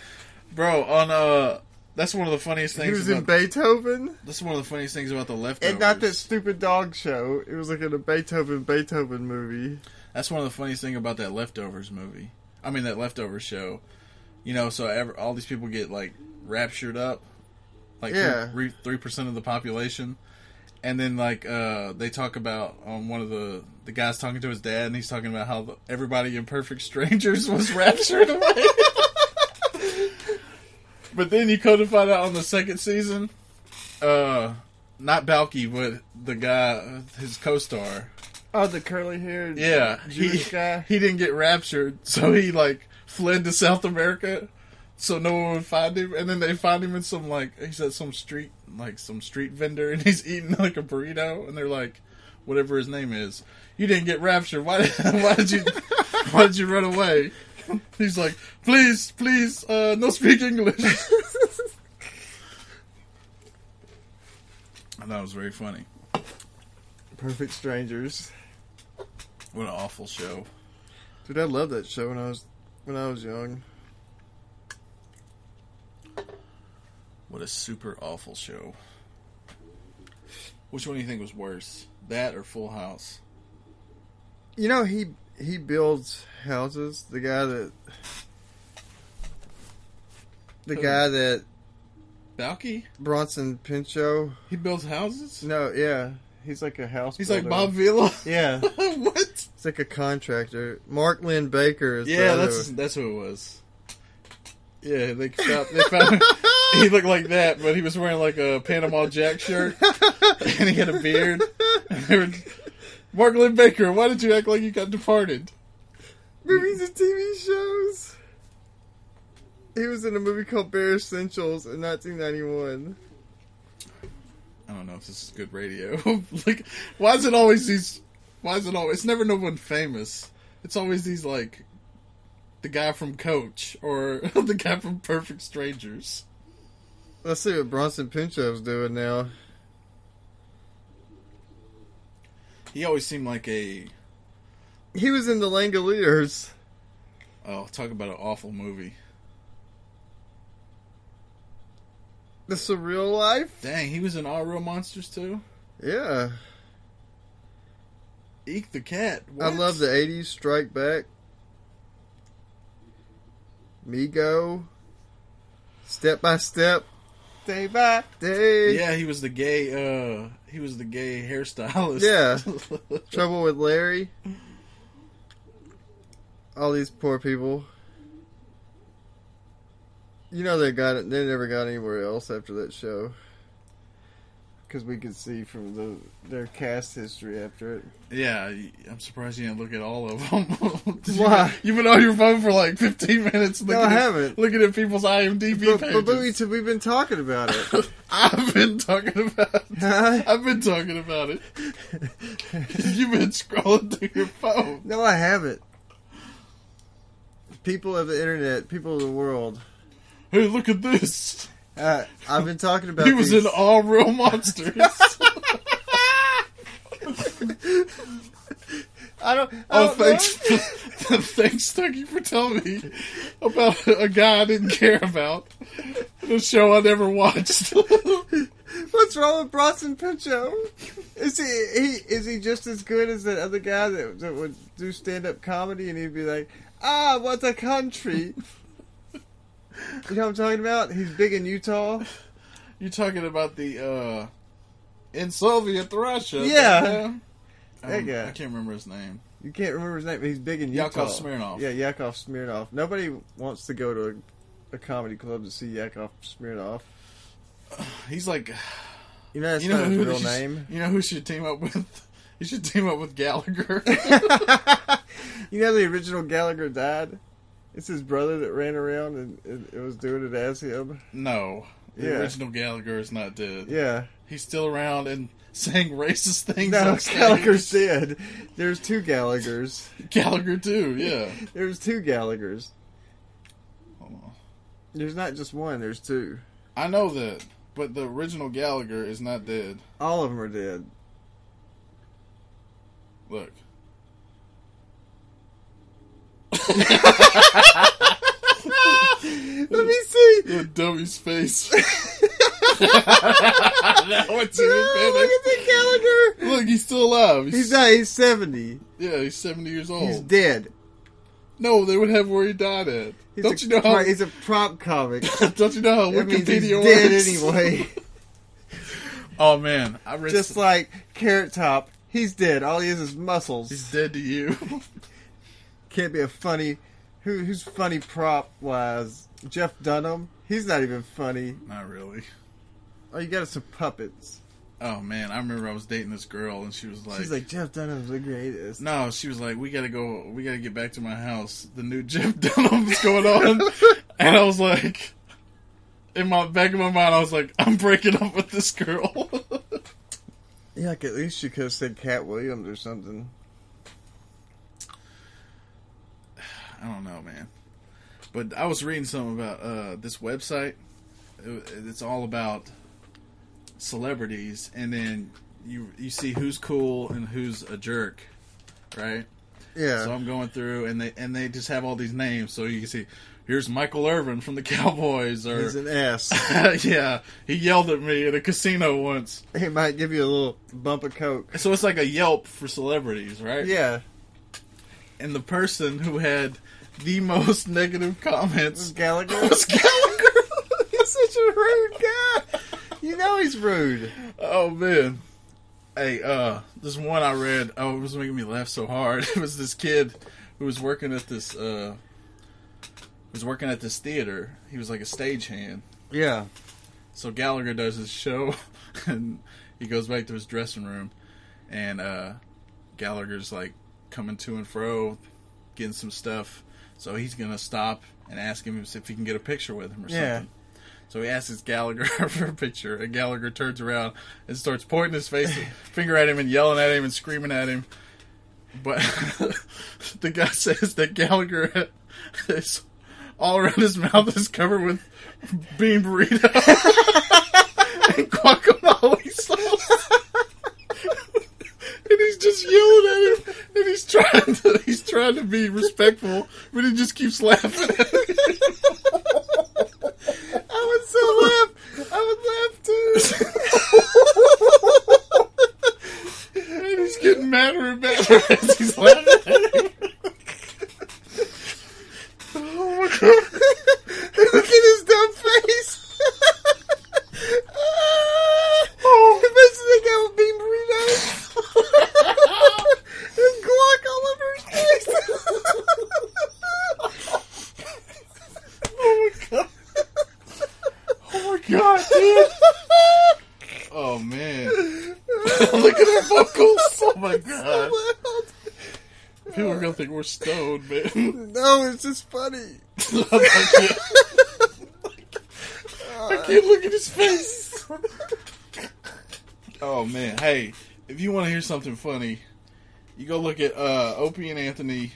Speaker 5: Bro, on uh, that's one of the funniest
Speaker 4: He
Speaker 5: things.
Speaker 4: was
Speaker 5: about,
Speaker 4: in Beethoven.
Speaker 5: that's one of the funniest things about the leftovers.
Speaker 4: And not that stupid dog show. It was like in a Beethoven Beethoven movie.
Speaker 5: That's one of the funniest thing about that leftovers movie. I mean that leftovers show. You know, so ever, all these people get like raptured up, like
Speaker 4: Yeah.
Speaker 5: three percent of the population, and then like uh, they talk about um, one of the the guys talking to his dad, and he's talking about how the, everybody in Perfect Strangers was raptured away. but then you come to find out on the second season, uh, not Balky, but the guy, his co-star,
Speaker 4: Oh, the curly haired
Speaker 5: yeah, he,
Speaker 4: Jewish guy.
Speaker 5: he didn't get raptured, so he like fled to South America, so no one would find him. And then they find him in some like he's at some street like some street vendor, and he's eating like a burrito, and they're like, whatever his name is, you didn't get raptured. Why? did- Why did you? why did you run away? He's like, please, please, uh, no speak English. I thought it was very funny.
Speaker 4: Perfect Strangers.
Speaker 5: What an awful show.
Speaker 4: Dude, I loved that show when I was when I was young.
Speaker 5: What a super awful show. Which one do you think was worse? That or Full House?
Speaker 4: You know he he builds houses. The guy that the
Speaker 5: Who?
Speaker 4: guy that
Speaker 5: Balky?
Speaker 4: Bronson Pinchot.
Speaker 5: He builds houses?
Speaker 4: No, yeah, he's like a house.
Speaker 5: He's
Speaker 4: builder.
Speaker 5: like Bob Vila?
Speaker 4: Yeah,
Speaker 5: what?
Speaker 4: he's like a contractor. Mark Lynn Baker. Is the
Speaker 5: Yeah,
Speaker 4: other
Speaker 5: that's
Speaker 4: one.
Speaker 5: that's who it was. Yeah, they stopped. They found he looked like that, but he was wearing like a Panama Jack shirt, and he had a beard. And they were Mark Lynn Baker, why did you act like you got departed?
Speaker 4: Movies and TV shows. He was in a movie called Bare Essentials in 1991.
Speaker 5: I don't know if this is good radio. like, why is it always these? Why is it always? It's never no one famous. It's always these like, the guy from Coach or the guy from Perfect Strangers.
Speaker 4: Let's see what Bronson Pinchot's doing now.
Speaker 5: He always seemed like a
Speaker 4: He was in The Langoliers.
Speaker 5: oh, talk about an awful movie.
Speaker 4: The Surreal Life?
Speaker 5: Dang, he was in All Real Monsters too.
Speaker 4: Yeah.
Speaker 5: Eek the cat.
Speaker 4: I
Speaker 5: What?
Speaker 4: love the 80s Strike Back. Migo. Step by step. Day by day.
Speaker 5: Yeah, he was the gay. uh He was the gay hairstylist.
Speaker 4: Yeah. Trouble with Larry. All these poor people. You know they got it. They never got anywhere else after that show. Because we could see from the their cast history after it.
Speaker 5: Yeah, y- I'm surprised you didn't look at all of them. Did you-
Speaker 4: Why?
Speaker 5: You've been on your phone for like 15 minutes. Looking
Speaker 4: I
Speaker 5: at,
Speaker 4: haven't.
Speaker 5: Looking at people's IMDb
Speaker 4: But,
Speaker 5: pages.
Speaker 4: but Bowie, t- we've been talking about it.
Speaker 5: I've been talking about. It.
Speaker 4: Huh?
Speaker 5: I've been talking about it. You've been scrolling through your phone.
Speaker 4: no, I haven't. People of the internet, people of the world.
Speaker 5: Hey, look at this.
Speaker 4: Uh, I've been talking about.
Speaker 5: He was
Speaker 4: these-
Speaker 5: in All Real Monsters.
Speaker 4: I don't. I
Speaker 5: oh,
Speaker 4: don't know.
Speaker 5: thanks, thanks, Dougie, for telling me about a guy I didn't care about. The show I never watched.
Speaker 4: What's wrong with Bronson Pinchot? Is he, he is he just as good as that other guy that, that would do stand up comedy and he'd be like, "Ah, what a country." You know what I'm talking about? He's big in Utah.
Speaker 5: You talking about the uh in Soviet Russia?
Speaker 4: Yeah.
Speaker 5: Um,
Speaker 4: That guy.
Speaker 5: I can't remember his name.
Speaker 4: You can't remember his name, but he's big in Utah.
Speaker 5: Yakov Smirnoff.
Speaker 4: Yeah, Yakov Smirnoff. Nobody wants to go to a, a comedy club to see Yakov Smirnoff.
Speaker 5: He's like
Speaker 4: You know that's
Speaker 5: you know
Speaker 4: not
Speaker 5: who
Speaker 4: his real
Speaker 5: should,
Speaker 4: name.
Speaker 5: You know who should team up with? He should team up with Gallagher.
Speaker 4: You know the original Gallagher died. It's his brother that ran around and, and it was doing it as him.
Speaker 5: no, the
Speaker 4: Yeah.
Speaker 5: original Gallagher is not dead.
Speaker 4: Yeah.
Speaker 5: He's still around and saying racist things.
Speaker 4: No,
Speaker 5: on stage.
Speaker 4: Gallagher's dead. There's two Gallaghers.
Speaker 5: Gallagher too. Yeah.
Speaker 4: There's two Gallaghers.
Speaker 5: Hold on.
Speaker 4: There's not just one. There's two.
Speaker 5: I know that, but the original Gallagher is not dead.
Speaker 4: All of them are dead.
Speaker 5: Look.
Speaker 4: Let me see.
Speaker 5: The dummy's face. that one's even better.
Speaker 4: Oh, look at the Gallagher.
Speaker 5: Look, he's still alive.
Speaker 4: He's not. He's seventy.
Speaker 5: Yeah, he's seventy years old.
Speaker 4: He's dead.
Speaker 5: no, they would have where he died at.
Speaker 4: He's
Speaker 5: don't
Speaker 4: a,
Speaker 5: you know how?
Speaker 4: He's a prop comic.
Speaker 5: don't you know how
Speaker 4: That means he's
Speaker 5: Wikipedia
Speaker 4: dead
Speaker 5: works?
Speaker 4: anyway.
Speaker 5: Oh man, I read.
Speaker 4: just
Speaker 5: Just
Speaker 4: like Carrot Top. He's dead. All he is is muscles.
Speaker 5: he's dead to you.
Speaker 4: Can't be a funny. Who, who's funny prop wise? Jeff Dunham. He's not even funny.
Speaker 5: Not really.
Speaker 4: All you got is some puppets.
Speaker 5: Oh man, I remember I was dating this girl and she was like,
Speaker 4: She's like Jeff Dunham's the greatest.
Speaker 5: "No," she was like, "We gotta go. We gotta get back to my house. The new Jeff Dunham's going on." and I was like, in my back of my mind, I was like, "I'm breaking up with this girl."
Speaker 4: Yeah, like at least she could have said Cat Williams or something.
Speaker 5: I don't know, man. But I was reading something about uh, this website. It- It's all about celebrities, and then you you see who's cool and who's a jerk, right?
Speaker 4: Yeah.
Speaker 5: So I'm going through, and they and they just have all these names. So you can see, here's Michael Irvin from the Cowboys,
Speaker 4: He's
Speaker 5: or
Speaker 4: an ass.
Speaker 5: yeah, he yelled at me at a casino once.
Speaker 4: he might give you a little bump of coke.
Speaker 5: So it's like a Yelp for celebrities, right?
Speaker 4: Yeah.
Speaker 5: And the person who had the most negative comments
Speaker 4: Gallagher.
Speaker 5: was Gallagher.
Speaker 4: he's such a rude guy. You know he's rude.
Speaker 5: Oh man. Hey, uh, this one I read, oh, it was making me laugh so hard. It was this kid who was working at this, uh, was working at this theater. He was like a stagehand.
Speaker 4: Yeah.
Speaker 5: So Gallagher does his show, and he goes back to his dressing room, and uh, Gallagher's like coming to and fro, getting some stuff. So he's gonna stop and ask him if he can get a picture with him or
Speaker 4: Yeah.
Speaker 5: something. So he asks Gallagher for a picture, and Gallagher turns around and starts pointing his face, finger at him, and yelling at him and screaming at him. But the guy says that Gallagher is all around his mouth is covered with bean burrito and guacamole sauce. and he's just yelling at him, and he's trying to he's trying to be respectful, but he just keeps laughing. At him. I would so laugh. I would laugh too. and he's getting madder and madder as he's laughing. At him.
Speaker 4: Look at his dumb face. oh. Imagine they got with bean burritos. and guac all over his face.
Speaker 5: God damn. Oh man. Look at her vocals. Oh my god. People are gonna think we're stoned, man.
Speaker 4: no, it's just funny.
Speaker 5: I can't- I can't look at his face. Oh man. Hey, if you wanna hear something funny, you go look at uh Opie and Anthony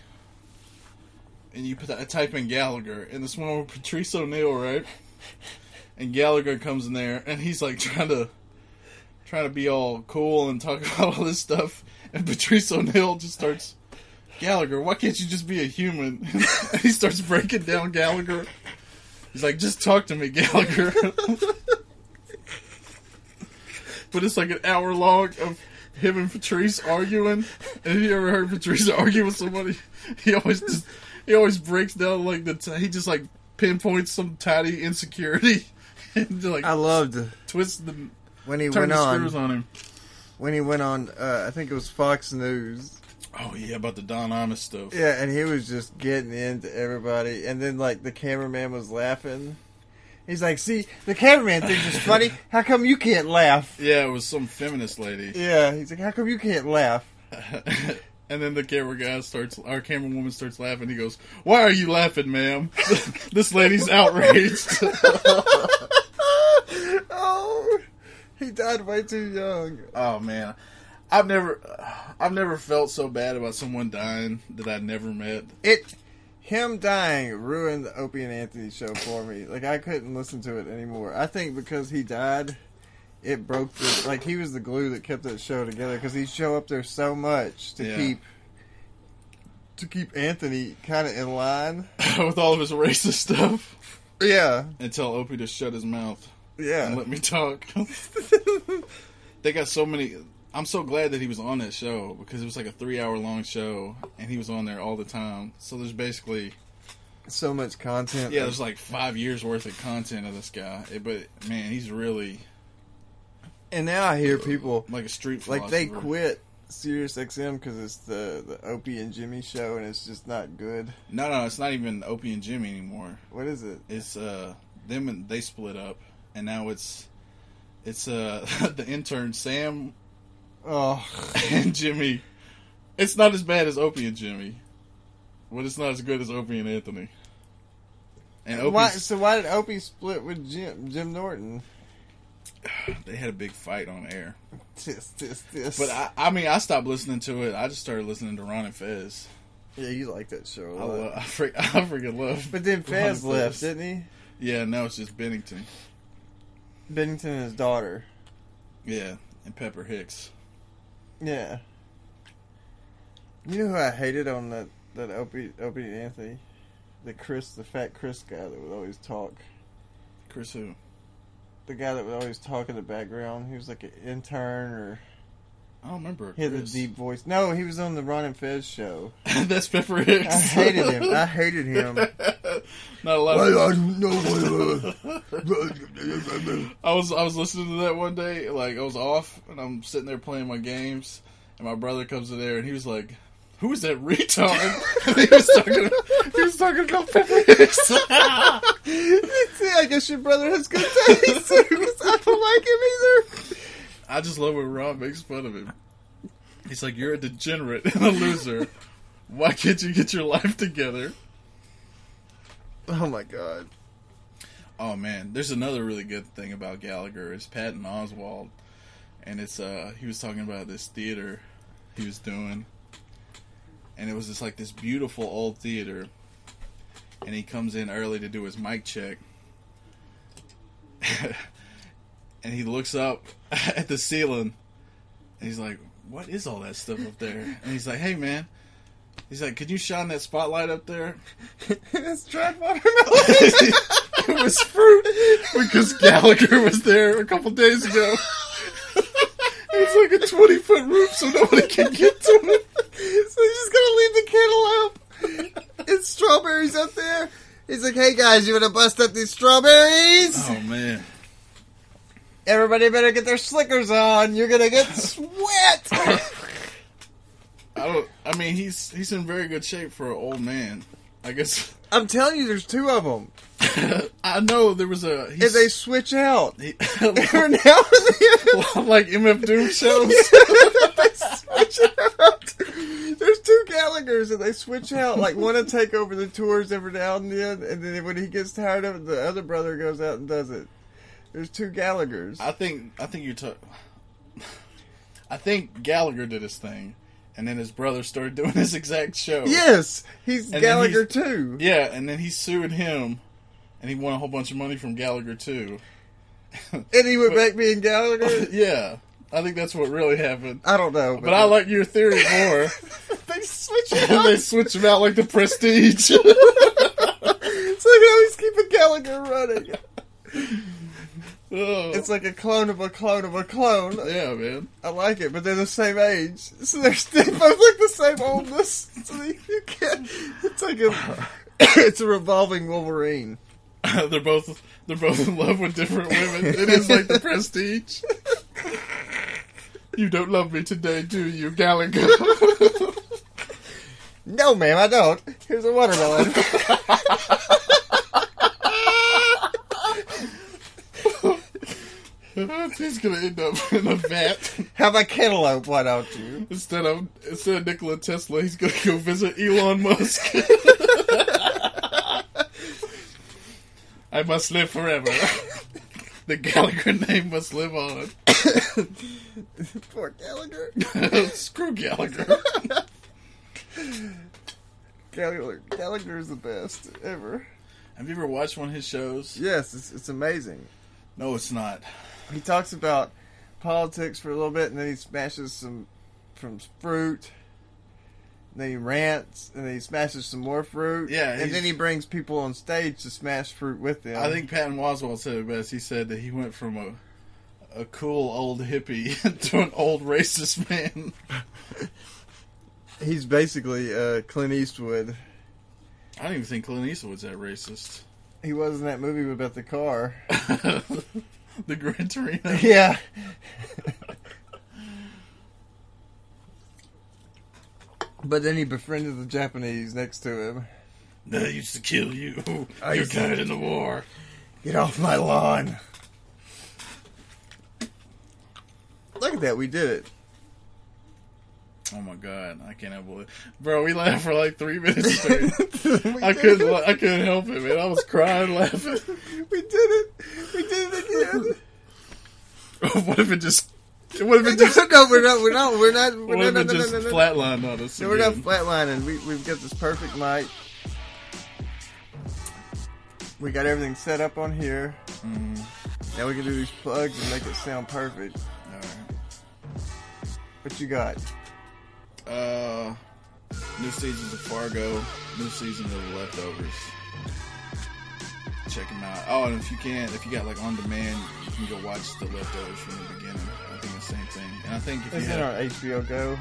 Speaker 5: and you put, uh, type in Gallagher and this one with Patrice O'Neill, right? and Gallagher comes in there and he's like trying to trying to be all cool and talk about all this stuff and Patrice O'Neill just starts Gallagher, why can't you just be a human? And he starts breaking down Gallagher. He's like, just talk to me, Gallagher. but it's like an hour long of him and Patrice arguing. And have you ever heard Patrice argue with somebody? He always just he always breaks down like the t- he just like pinpoints some tiny insecurity and like
Speaker 4: I loved
Speaker 5: twists the
Speaker 4: when he
Speaker 5: turn
Speaker 4: went
Speaker 5: the
Speaker 4: on.
Speaker 5: screws on him.
Speaker 4: When he went on, uh, I think it was Fox News.
Speaker 5: Oh yeah, about the Don Imus stuff.
Speaker 4: Yeah, and he was just getting into everybody, and then like the cameraman was laughing. He's like, "See, the cameraman thinks it's funny. How come you can't laugh?"
Speaker 5: Yeah, it was some feminist lady.
Speaker 4: Yeah, he's like, "How come you can't laugh?"
Speaker 5: and then the camera guy starts, our camera woman starts laughing. He goes, Why are you laughing, ma'am? this lady's outraged.
Speaker 4: Oh, he died way too young.
Speaker 5: oh, man. I've never, I've never felt so bad about someone dying that I never met.
Speaker 4: It, him dying ruined the Opie and Anthony show for me. Like I couldn't listen to it anymore. I think because he died, it broke the like he was the glue that kept that show together because he'd show up there so much to
Speaker 5: Yeah.
Speaker 4: keep to keep Anthony kind of in line.
Speaker 5: With all of his racist stuff.
Speaker 4: Yeah,
Speaker 5: And tell Opie to shut his mouth and
Speaker 4: yeah.
Speaker 5: let me talk. they got so many. I'm so glad that he was on that show because it was like a three hour long show and he was on there all the time. So there's basically
Speaker 4: so much content.
Speaker 5: Yeah, there's like five years worth of content of this guy. Eh, But man, he's really
Speaker 4: and now I hear people
Speaker 5: like a street.
Speaker 4: like they
Speaker 5: philosopher.
Speaker 4: quit Sirius XM because it's the the Opie and Jimmy show and it's just not good.
Speaker 5: No, no, it's not even Opie and Jimmy anymore.
Speaker 4: What is it?
Speaker 5: It's uh them and they split up, and now it's it's uh the intern Sam
Speaker 4: Oh,
Speaker 5: and Jimmy. It's not as bad as Opie and Jimmy, but it's not as good as Opie and Anthony. And
Speaker 4: why,
Speaker 5: Opie,
Speaker 4: so why did Opie split with Jim Jim Norton?
Speaker 5: they had a big fight on air.
Speaker 4: This, this, this.
Speaker 5: But I, I mean, I stopped listening to it. I just started listening to Ron and Fez.
Speaker 4: yeah, you like that show a
Speaker 5: I,
Speaker 4: lot.
Speaker 5: love, I, freak, I freaking love.
Speaker 4: but then
Speaker 5: Ron and
Speaker 4: Fez left,
Speaker 5: Fez.
Speaker 4: didn't
Speaker 5: Yeah, no, it's just Bennington.
Speaker 4: he? Bennington and his daughter.
Speaker 5: Yeah, and Pepper Hicks.
Speaker 4: Yeah. You know who I hated on that that Opie Opie and Anthony, the Chris, the fat Chris guy that would always talk.
Speaker 5: Chris who?
Speaker 4: The guy that would always talk in the background. He was like an intern or
Speaker 5: I don't remember.
Speaker 4: he had a
Speaker 5: Chris.
Speaker 4: deep voice. No, he was on the Ron and Fez show.
Speaker 5: That's Pepper
Speaker 4: I
Speaker 5: Hicks.
Speaker 4: hated him. I hated him.
Speaker 5: Not a lot.
Speaker 1: I, I
Speaker 5: Of,
Speaker 1: don't know what.
Speaker 5: I was I was listening to that one day. Like I was off, and I'm sitting there playing my games, and my brother comes in there, and he was like, "Who is that retard?" And he was talking. He was talking about Pepper Hicks.
Speaker 4: See, I guess your brother has good taste. 'cause I don't like him either.
Speaker 5: I just love when Ron makes fun of him. He's like, You're a degenerate and a loser. Why can't you get your life together?
Speaker 4: Oh my god.
Speaker 5: Oh man, there's another really good thing about Gallagher is Patton Oswald, and it's uh he was talking about this theater he was doing, and it was just like this beautiful old theater, and he comes in early to do his mic check, and he looks up at the ceiling, and he's like, "What is all that stuff up there?" And he's like, "Hey man." He's like, could you shine that spotlight up there?
Speaker 4: it's dried watermelon.
Speaker 5: it was fruit because Gallagher was there a couple days ago. it's like a twenty foot roof, so nobody can get to it.
Speaker 4: so he's just gonna leave the kettle up. It's strawberries up there. He's like, hey guys, you wanna bust up these strawberries?
Speaker 5: Oh man,
Speaker 4: Everybody better get their slickers on. You're gonna get sweat.
Speaker 5: I don't. I mean, he's he's in very good shape for an old man. I guess
Speaker 4: I'm telling you, there's two of them.
Speaker 5: I know there was a
Speaker 4: And
Speaker 5: he's,
Speaker 4: they switch out.
Speaker 5: he,
Speaker 4: Every now and then,
Speaker 5: like MF Doom shows.
Speaker 4: they switch out. There's two Gallagher's and they switch out. Like one to take over the tours every now and then, and then when he gets tired of it, the other brother goes out and does it. There's two Gallagher's.
Speaker 5: I think I think you took. I think Gallagher did his thing, and then his brother started doing this exact show.
Speaker 4: Yes, he's
Speaker 5: then
Speaker 4: Gallagher
Speaker 5: he's-
Speaker 4: too.
Speaker 5: Yeah, and then he sued him, and he won a whole bunch of money from Gallagher too.
Speaker 4: And he went back being Gallagher.
Speaker 5: yeah, I think that's what really happened.
Speaker 4: I don't know,
Speaker 5: But I like your theory more.
Speaker 4: they switch it
Speaker 5: and
Speaker 4: up.
Speaker 5: they switch him out like the Prestige.
Speaker 4: It's like always keep a Gallagher running. It's
Speaker 5: it's
Speaker 4: like a clone of a clone of a clone.
Speaker 5: yeah, man.
Speaker 4: I like it, but they're the same age, so they're still both like the same oldness. So you, you can't. It's like a, it's a revolving Wolverine.
Speaker 5: they're both they're both in love with different women. It is like the Prestige. you don't love me today, do you, Gallagher?
Speaker 4: No, ma'am, I don't. Here's a watermelon.
Speaker 5: He's gonna end up in a vat.
Speaker 4: Have a cantaloupe, why don't you?
Speaker 5: Instead of instead of Nikola Tesla, he's gonna go visit Elon Musk. I must live forever. the Gallagher name must live on.
Speaker 4: Poor Gallagher.
Speaker 5: Screw Gallagher.
Speaker 4: Gallagher. Gallagher is the best ever.
Speaker 5: Have you ever watched one of his shows?
Speaker 4: Yes, it's, it's amazing.
Speaker 5: No, it's not.
Speaker 4: He talks about politics for a little bit, and then he smashes some from fruit. And then he rants, and then he smashes some more fruit.
Speaker 5: Yeah,
Speaker 4: and
Speaker 5: he's-
Speaker 4: then he brings people on stage to smash fruit with them.
Speaker 5: I think Patton Oswalt said it best. He said that he went from a a cool old hippie to an old racist man.
Speaker 4: he's basically uh, Clint Eastwood.
Speaker 5: I don't even think Clint Eastwood's that racist.
Speaker 4: He was in that movie about the car.
Speaker 5: the Gran Torino.
Speaker 4: yeah, but then he befriended the Japanese next to him.
Speaker 5: They used to kill you.
Speaker 4: I
Speaker 5: You're
Speaker 4: used to-
Speaker 5: good in the war.
Speaker 4: Get off my lawn. Look at that, we did it.
Speaker 5: Oh my god, I can't believe, bro. We laughed for like three minutes straight.
Speaker 4: We
Speaker 5: I
Speaker 4: did
Speaker 5: couldn't,
Speaker 4: it.
Speaker 5: la- I couldn't help it, man. I was crying laughing.
Speaker 4: We did it. We did it again.
Speaker 5: what if it just, what if it just,
Speaker 4: no, no, we're not. We're not. We're not. We're
Speaker 5: what
Speaker 4: not.
Speaker 5: if
Speaker 4: No,
Speaker 5: it
Speaker 4: no,
Speaker 5: just
Speaker 4: no, no, no.
Speaker 5: flatlined on us?
Speaker 4: No, we're not
Speaker 5: again?
Speaker 4: flatlining. We, we've got this perfect mic. We got everything set up on here.
Speaker 5: Mm-hmm.
Speaker 4: Now we can do these plugs and make it sound perfect. What you got?
Speaker 5: All right. Uh, new seasons of Fargo, new season of The Leftovers. Check them out. Oh, and if you can't, if you got like on demand, you can go watch The Leftovers from the beginning. I think the same thing. And I think if
Speaker 4: Is
Speaker 5: you
Speaker 4: it
Speaker 5: have,
Speaker 4: on HBO Go?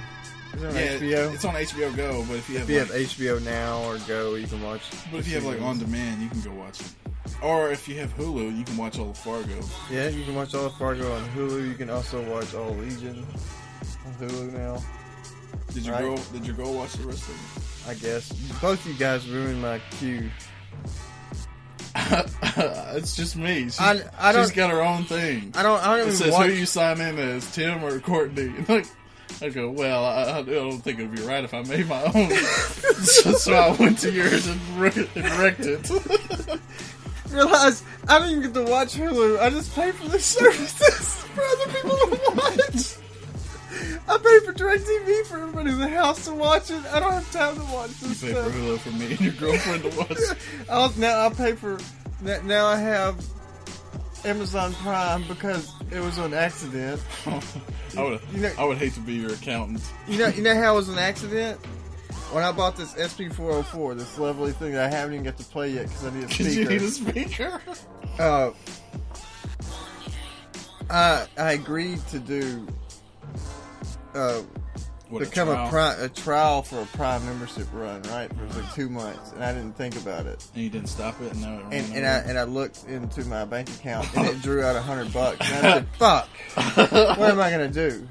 Speaker 4: Is it on
Speaker 5: Yeah,
Speaker 4: HBO?
Speaker 5: it's on HBO Go. But if you have,
Speaker 4: if you
Speaker 5: like,
Speaker 4: have HBO Now or Go, you can watch.
Speaker 5: but if you have like on demand, you can go watch it. Or if you have Hulu, you can watch all of Fargo.
Speaker 4: Yeah, you can watch all of Fargo on Hulu. You can also watch all Legion on Hulu now.
Speaker 5: Did you
Speaker 4: Right.
Speaker 5: go? Did you go watch the rest of
Speaker 4: I guess both you guys ruined my cue.
Speaker 5: it? it's just me. She's,
Speaker 4: I- I
Speaker 5: she's
Speaker 4: don't-
Speaker 5: got her own thing.
Speaker 4: I don't. I don't
Speaker 5: It
Speaker 4: even
Speaker 5: says
Speaker 4: watch.
Speaker 5: who you sign in as Tim or Courtney. Like, I go, well, I, I don't think it would be right if I made my own. so, so I went to yours and, wre- and wrecked it.
Speaker 4: Realize I didn't even get to watch Hulu. I just pay for the services for other people to watch. I pay for DirecTV for everybody in the house to watch it. I don't have time to watch this
Speaker 5: Pay for
Speaker 4: stuff.
Speaker 5: Hulu for me and your girlfriend to watch.
Speaker 4: I'll, now I pay for. n- Now I have Amazon Prime because it was an accident.
Speaker 5: I would,
Speaker 4: You know-
Speaker 5: I would hate to be your accountant.
Speaker 4: You know, you know how it was an accident when I bought this SP404, this lovely thing that I haven't even got to play yet because I need a
Speaker 5: Did you
Speaker 4: speaker.
Speaker 5: need a speaker?
Speaker 4: uh, I I agreed to do uh,
Speaker 5: What
Speaker 4: become a,
Speaker 5: trial.
Speaker 4: pri- a trial for a prime membership run, right? For like two months, and I didn't think about it.
Speaker 5: And you didn't stop it. No,
Speaker 4: And, and I and I looked into my bank account and it drew out a hundred bucks. And I said, "Fuck, what am I gonna do?"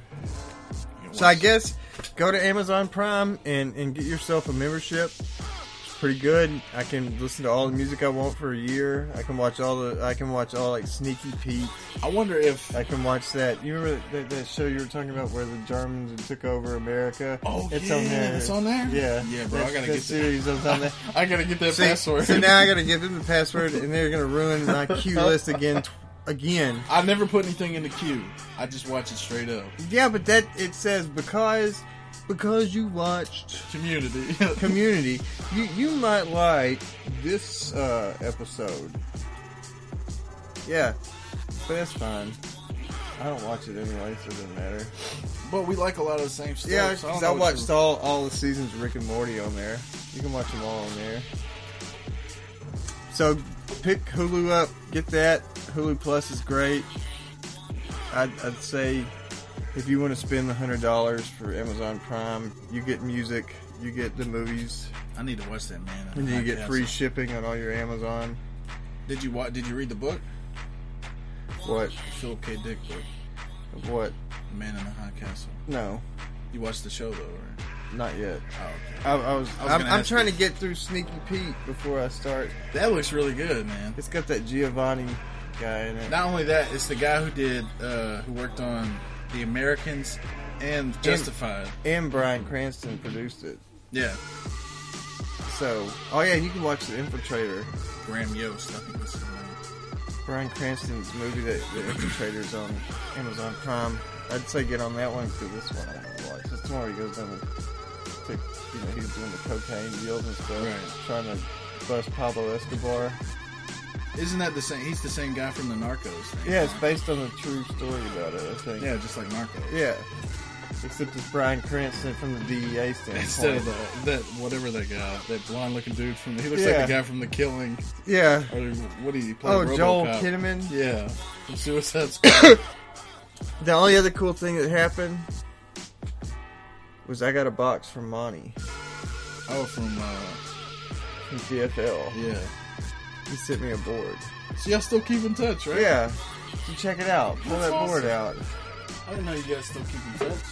Speaker 4: So I guess go to Amazon Prime and, and get yourself a membership. It's pretty good. I can listen to all the music I want for a year. I can watch all the I can watch all like Sneaky Pete.
Speaker 5: I wonder if
Speaker 4: I can watch that. You remember that, that show you were talking about where the Germans took over America?
Speaker 5: Oh, yeah, it's on there?
Speaker 4: Yeah,
Speaker 5: Yeah, bro, I gotta
Speaker 4: That-
Speaker 5: get
Speaker 4: that
Speaker 5: that.
Speaker 4: series is on there.
Speaker 5: I gotta get that
Speaker 4: See,
Speaker 5: password.
Speaker 4: so now I got to give them the password, and they're gonna ruin my queue list again. Tw- again.
Speaker 5: I never put anything in the queue. I just watch it straight up.
Speaker 4: Yeah, but that it says because because you watched
Speaker 5: Community.
Speaker 4: community, you you might like this uh, episode. Yeah, but that's fine. I don't watch it anyway, so it doesn't matter.
Speaker 5: but we like a lot of the same stuff.
Speaker 4: Yeah,
Speaker 5: so I, don't
Speaker 4: 'cause
Speaker 5: know
Speaker 4: I
Speaker 5: what
Speaker 4: watched
Speaker 5: you-
Speaker 4: all all the seasons of Rick and Morty on there. You can watch them all on there. So pick Hulu up, get that. Hulu Plus is great. I'd, I'd say if you want to spend the hundred dollars for Amazon Prime, you get music, you get the movies,
Speaker 5: I need to watch that man.
Speaker 4: and you
Speaker 5: I
Speaker 4: get
Speaker 5: can't-
Speaker 4: free shipping on all your Amazon.
Speaker 5: Did you watch? Did you read the book?
Speaker 4: What?
Speaker 5: Philip K. Dick book,
Speaker 4: What?
Speaker 5: The Man in the High Castle.
Speaker 4: No,
Speaker 5: You watched the show though, right?
Speaker 4: not yet.
Speaker 5: Oh, okay.
Speaker 4: I,
Speaker 5: I
Speaker 4: I was.
Speaker 5: was
Speaker 4: I'm,
Speaker 5: gonna
Speaker 4: I'm
Speaker 5: ask
Speaker 4: trying
Speaker 5: you.
Speaker 4: to get through Sneaky Pete before I start.
Speaker 5: That looks really good, man.
Speaker 4: It's got that Giovanni guy in it.
Speaker 5: Not only that, it's the guy who did, uh, who worked on The Americans and Justified.
Speaker 4: and Brian Cranston produced it.
Speaker 5: yeah,
Speaker 4: So, oh yeah, you can watch The Infiltrator,
Speaker 5: Graham Yost. I think that's his name.
Speaker 4: Brian Cranston's movie that The Infiltrator's on Amazon Prime. I'd say get on that one because this one I haven't watched. It's the one where he goes down the, to, you know, he's doing the cocaine deals and stuff,
Speaker 5: Right.
Speaker 4: trying to bust Pablo Escobar.
Speaker 5: Isn't that the same? He's the same guy from the Narcos. Thing,
Speaker 4: Yeah, it's
Speaker 5: right?
Speaker 4: based on a true story about it. I think.
Speaker 5: yeah, just like Narcos.
Speaker 4: Yeah. Except it's Brian Cranston from the DEA standpoint.
Speaker 5: Instead of the, that whatever that guy, that blonde looking dude from he looks
Speaker 4: Yeah.
Speaker 5: like the guy from The Killing
Speaker 4: yeah.
Speaker 5: or what do you play?
Speaker 4: Oh, Joel
Speaker 5: RoboCop.
Speaker 4: Kinnaman.
Speaker 5: Yeah, from Suicide Squad.
Speaker 4: The only other cool thing that happened was I got a box from Monty
Speaker 5: oh, from uh,
Speaker 4: from TFL.
Speaker 5: yeah.
Speaker 4: He sent me a board.
Speaker 5: So y'all still keep in touch, right?
Speaker 4: Yeah, so check it out. Pull
Speaker 5: That's
Speaker 4: that board
Speaker 5: awesome.
Speaker 4: out.
Speaker 5: I didn't know you guys still keep in touch.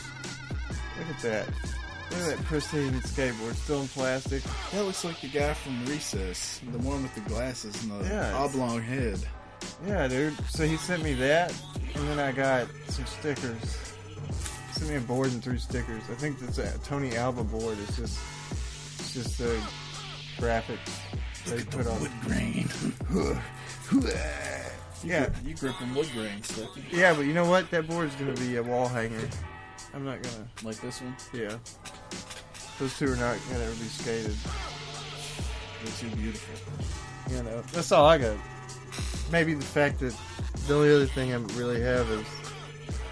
Speaker 4: Look at that. Look at that pristine skateboard, still in plastic.
Speaker 5: That looks like the guy from Recess, the one with the glasses and the
Speaker 4: Yeah.
Speaker 5: oblong head.
Speaker 4: Yeah, dude. So he sent me that, and then I got some stickers. He sent me a board and three stickers. I think that's a Tony Alba board. It's just, it's just the graphics they put on.
Speaker 5: grain.
Speaker 4: Yeah.
Speaker 5: you gripping wood grain, Steffi.
Speaker 4: Yeah, but you know what? That board's gonna be a wall hanger. I'm not gonna.
Speaker 5: Like this one?
Speaker 4: Yeah. Those two are not gonna ever be skated.
Speaker 5: They're too beautiful.
Speaker 4: You know. That's all I got. Maybe the fact that the only other thing I really have is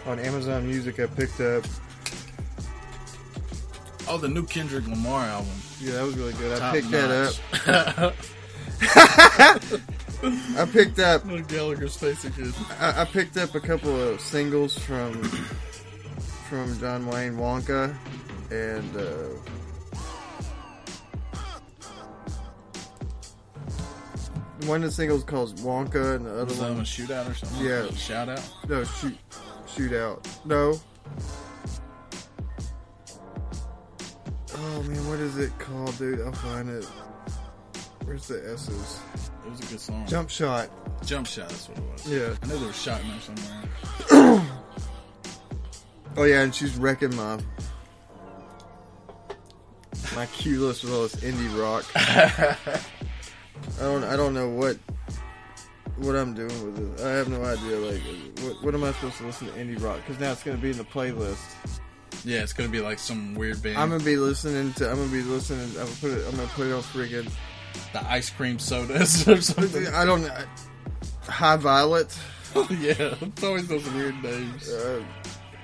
Speaker 4: on Amazon Music. I picked up.
Speaker 5: Oh, the new Kendrick Lamar album.
Speaker 4: Yeah, that was really good. I
Speaker 5: Top
Speaker 4: picked
Speaker 5: notch.
Speaker 4: that up. I picked up.
Speaker 5: No Gallagher's face again.
Speaker 4: I, I picked up a couple of singles from from John Wayne Wonka and uh, one of the singles called Wonka and the other
Speaker 5: Was that on a
Speaker 4: one
Speaker 5: shootout or something?
Speaker 4: Yeah.
Speaker 5: Shout out.
Speaker 4: no shoot shootout no oh man what is it called dude I'll find it where's the S's
Speaker 5: It was a good song.
Speaker 4: jump shot
Speaker 5: Jump shot, that's what it was.
Speaker 4: Yeah.
Speaker 5: I knew there was shot in there somewhere.
Speaker 4: Oh yeah, and she's wrecking my my cue list with all this indie rock. I don't I don't know what what I'm doing with it. I have no idea. Like, what, what am I supposed to listen to indie rock? Because now it's gonna be in the playlist.
Speaker 5: Yeah, it's gonna be like some weird band.
Speaker 4: I'm gonna be listening to. I'm gonna be listening. I'm gonna put it. I'm gonna put it on freaking.
Speaker 5: the ice cream sodas or something.
Speaker 4: I don't. know. High Violet.
Speaker 5: yeah, it's always those weird names.
Speaker 4: Uh,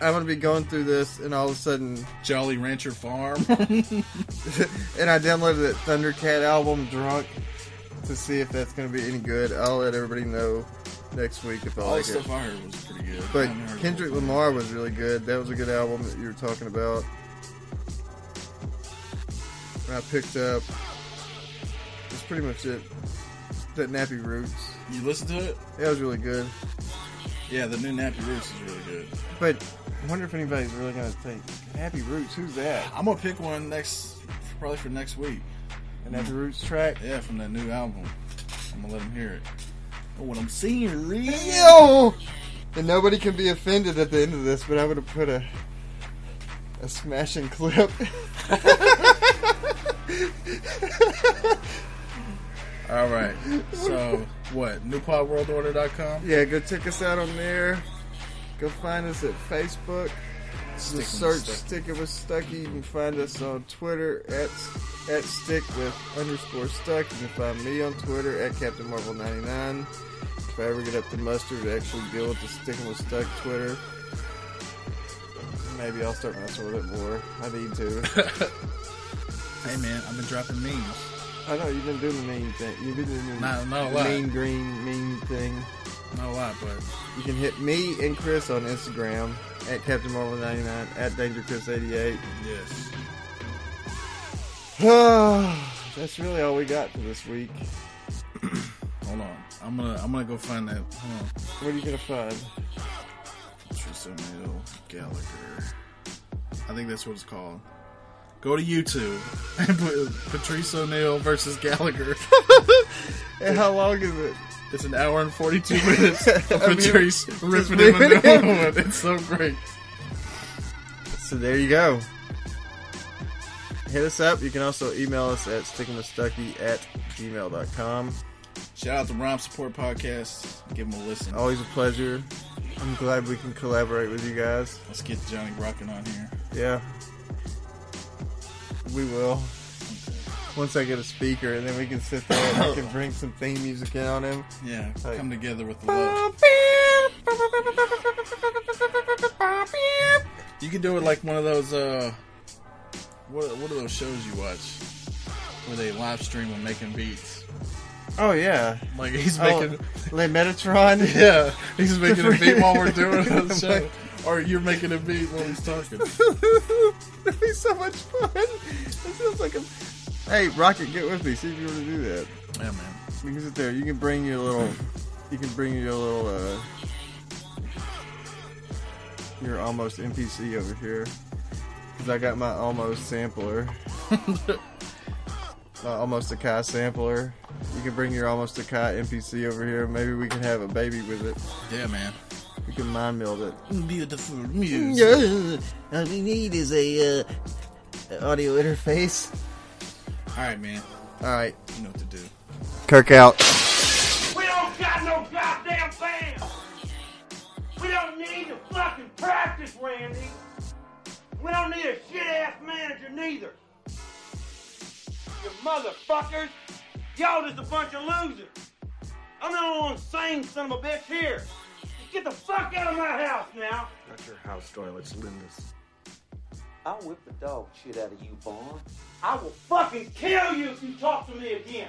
Speaker 4: I'm gonna be going through this, and all of a sudden,
Speaker 5: Jolly Rancher Farm.
Speaker 4: and I downloaded that Thundercat album drunk to see if that's gonna be any good. I'll let everybody know next week if I
Speaker 5: All the
Speaker 4: like it.
Speaker 5: stuff I heard was pretty good. I
Speaker 4: But
Speaker 5: haven't heard
Speaker 4: Kendrick
Speaker 5: the whole
Speaker 4: Lamar was really good. That was a good album that you were talking about. And I picked up. That's pretty much it. That Nappy Roots.
Speaker 5: thing. You listen to it?
Speaker 4: That was really good.
Speaker 5: Yeah, the new Nappy Roots is really good.
Speaker 4: But I wonder if anybody's really gonna think Nappy Roots. Who's that?
Speaker 5: I'm gonna pick one next, probably for next week.
Speaker 4: A Nappy Roots track.
Speaker 5: Yeah, from that new album. I'm gonna let him hear it. Oh, what I'm seeing, real.
Speaker 4: Yo! And nobody can be offended at the end of this, but I would have put a a smashing clip.
Speaker 5: All right. So what? NewPodWorldOrder.com.
Speaker 4: yeah, go check us out on there. Go find us at Facebook.
Speaker 5: Stick
Speaker 4: Just
Speaker 5: with
Speaker 4: search
Speaker 5: stuff.
Speaker 4: Stick It With Stucky. You can find us on Twitter at at Stick With underscore Stuck. You can find me on Twitter at Captain Marvel 99. If I ever get up to mustard to actually deal with the Sticking With Stuck Twitter, maybe I'll start messing with it more. I need to.
Speaker 5: Hey man, I've been dropping memes.
Speaker 4: I know you've been doing the mean thing. You've been doing the
Speaker 5: No, no,
Speaker 4: mean
Speaker 5: what?
Speaker 4: green mean thing.
Speaker 5: Not a lot, but
Speaker 4: You can hit me and Chris on Instagram at Captain Marvel ninety nine at Danger Chris eighty eight.
Speaker 5: yes.
Speaker 4: That's really all we got for this week.
Speaker 5: Hold on. I'm gonna I'm gonna go find that. Hold on.
Speaker 4: What are you gonna find?
Speaker 5: Tristan Neal Gallagher. I think that's what it's called. Go to YouTube and put Patrice O'Neill versus Gallagher.
Speaker 4: And how long is it?
Speaker 5: It's an hour and 42 minutes of
Speaker 4: mean,
Speaker 5: Patrice ripping him
Speaker 4: ripping
Speaker 5: a new
Speaker 4: him.
Speaker 5: one. It's so great.
Speaker 4: So there you go. Hit us up. You can also email us at stickingwithstucky at gmail.com.
Speaker 5: Shout out to Rom Support Podcast. Give him a listen.
Speaker 4: Always a pleasure. I'm glad we can collaborate with you guys.
Speaker 5: Let's get Johnny Rockin' on here.
Speaker 4: Yeah. We will. Once I get a speaker, and then we can sit there and we can bring some theme music in on him.
Speaker 5: Yeah,
Speaker 4: Hey.
Speaker 5: come together with the
Speaker 3: Ah.
Speaker 5: love. You can do it like one of those, uh, what, what are those shows you watch where they live stream and making beats?
Speaker 4: Oh, yeah.
Speaker 5: Like he's
Speaker 4: Oh,
Speaker 5: making,
Speaker 4: Le Metatron?
Speaker 5: yeah, he's making a beat while we're doing the show. Or you're making a beat while he's talking.
Speaker 4: That'd be so much fun. That sounds like a. Hey, Rocket, get with me. See if you want to do that.
Speaker 5: Yeah, man.
Speaker 4: You can sit there. You can bring your little. You can bring your little. uh Your almost NPC over here, because I got my almost sampler. my almost Akai sampler. You can bring your almost Akai NPC over here. Maybe we can have a baby with it.
Speaker 5: Yeah, man.
Speaker 4: We can mind meld it.
Speaker 5: Beautiful music.
Speaker 4: all we need is a uh, audio interface.
Speaker 5: All right, man.
Speaker 4: All right,
Speaker 5: You know what to do.
Speaker 4: Kirk out.
Speaker 3: We don't got no goddamn band. We don't need to fucking practice, Randy. We don't need a shit ass manager neither. You motherfuckers. Y'all just a bunch of losers. I'm the only one sane son of a bitch here. Just get the fuck out of my house now.
Speaker 6: Not your house, Doyle. It's Linda's.
Speaker 7: I'll whip the dog shit out of you, Vaughn.
Speaker 3: I will fucking kill you if you talk to me again.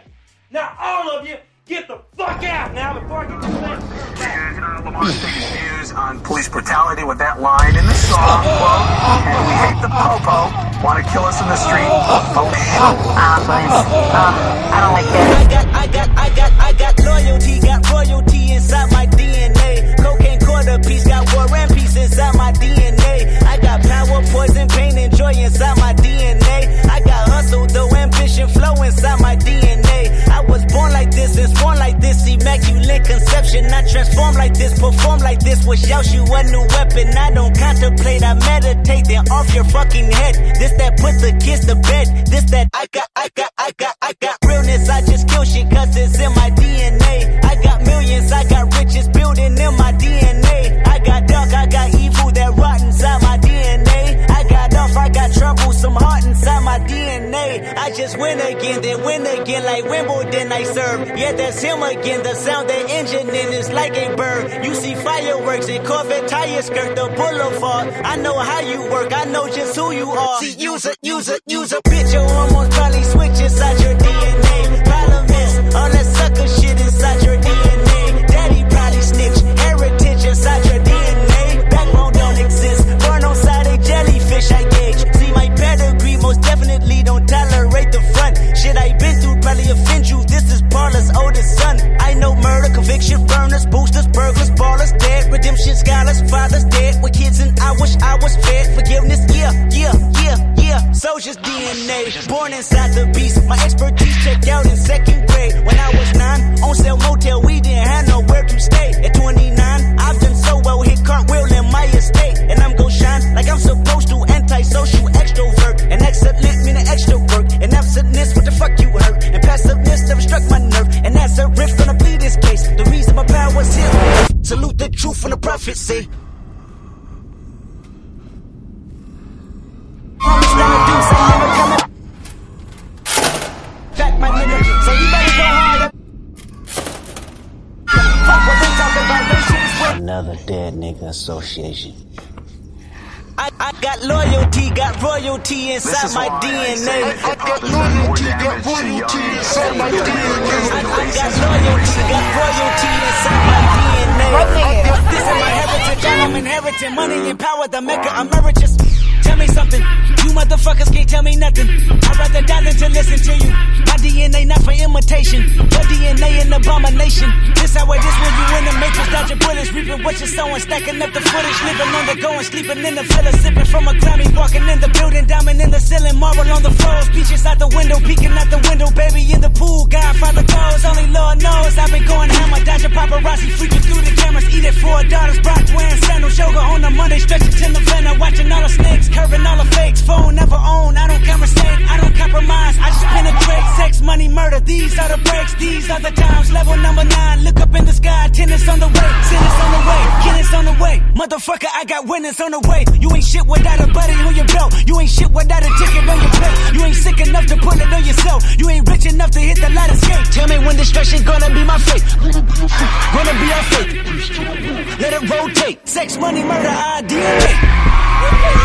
Speaker 3: Now, all of you, get the fuck out now before I get your ass back.
Speaker 8: And, uh, Lamar taking views on police brutality with that line in the song. Quote, and we hate the popo, want to kill us in the street. Oh, shut up. Uh, I don't like that.
Speaker 9: I got, I got, I got, I got loyalty, got royalty inside my DNA. Cocaine quarter piece, got war and peace inside my DNA. I got power, poison, pain, and joy inside my DNA. I got hustle, though ambition, flow inside my DNA. I was born like this, and born like this, immaculate conception. I I transform like this, perform like this. Wish out you a new weapon. I don't contemplate, I meditate. Then off your fucking head. This that put the kids to bed. This that I got, I got, I got, I got realness. I just kill shit cause it's in my DNA. I got millions, I got riches building in my DNA. I got dark, I got evil that rot inside my DNA. I got off, I got trouble, some heart inside my DNA. I just win again, then win again, like Wimbledon I serve. Yeah, that's him again. The sound that engine in is like a bird. You see fireworks and Corvette tires skirt the boulevard. I know how you work, I know just who you are. See, use a, use a, use a bitch. Your hormones probably switch inside your DNA. Problem is, all that sucker shit inside your DNA. Daddy probably snitch, heritage inside your DNA. Backbone don't exist, burn on side a jellyfish, I gauge. See, my pedigree most definitely don't tolerate the front. Shit I been through probably offend you. This is Barla's oldest son. I know murder, conviction, burners, boosters, burglars, ballers, dead, redemption, scholars, fathers, dead with kids, and I wish I was fed. Forgiveness, yeah, yeah, yeah, yeah. Soldier's DNA, born inside the beast. My expertise checked out in second grade. When I was nine, on sale motel, we didn't have nowhere to stay. At 29, I've done so well, hit cartwheel in my estate, and I'm gon' shine like I'm supposed to. Antisocial extrovert, and excellent meaning extrovert, and absentness. What the fuck you hurt? And passiveness never struck my nerve, and that's a riff gonna bleed this case. The reason my power's here, salute the truth and the prophecy. Promise that I do, so I'm never coming back, my nigga. So you better go hard. Fuck what they talking about, they shit is wet.
Speaker 10: Another Dead Nigga Association.
Speaker 9: I, I got loyalty, got royalty inside
Speaker 8: is
Speaker 9: my
Speaker 8: why I say
Speaker 9: DNA.
Speaker 8: that fathers done more damage to young kids than they do to
Speaker 9: I, I
Speaker 8: racism.
Speaker 9: got loyalty, got royalty inside my DNA. This is my heritage, and I'm inheriting money and power, the maker emeritus. Tell me something, you motherfuckers can't tell me nothing. I'd rather die than to listen to you. My DNA not for imitation, your DNA an abomination. This how it is when you in the matrix, dodging bullets, reaping what you're sowing, stacking up the footage, living on the go and sleeping in the villa, sipping from a clammy, walking in the building, diamond in the ceiling, marble on the floors, peaches out the window, peeking out the window, baby in the pool, Godfather goes, only Lord knows I've been going hammer, dodging paparazzi, freaking through the cameras, eating four daughters, Brock wearing sandals, yoga on a Monday, stretching till November, watching all the snakes, curving all the fakes, phone never on, I don't camera stay, I don't compromise, I just penetrate, sex, money, murder, these are the breaks, these are the times, level number nine, look up in the sky, tennis on the way, tennis on the way, tennis on the way, motherfucker, I got winners on the way, you ain't shit without a buddy on your belt, you ain't shit without a ticket on your plate, you ain't sick enough to put it on yourself, you ain't rich enough to hit the light escape, tell me when destruction gonna be my fate, gonna be our fate, let it rotate, sex, money, murder, idea.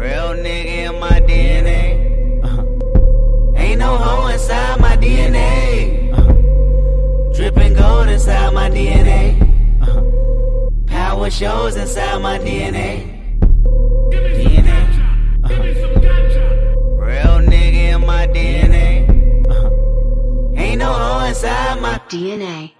Speaker 9: Real nigga in my DNA. Ain't no hoe inside my DNA. Dripping gold inside my DNA. Power shows inside my DNA. DNA. Real nigga in my DNA. Ain't no hoe inside my
Speaker 11: DNA.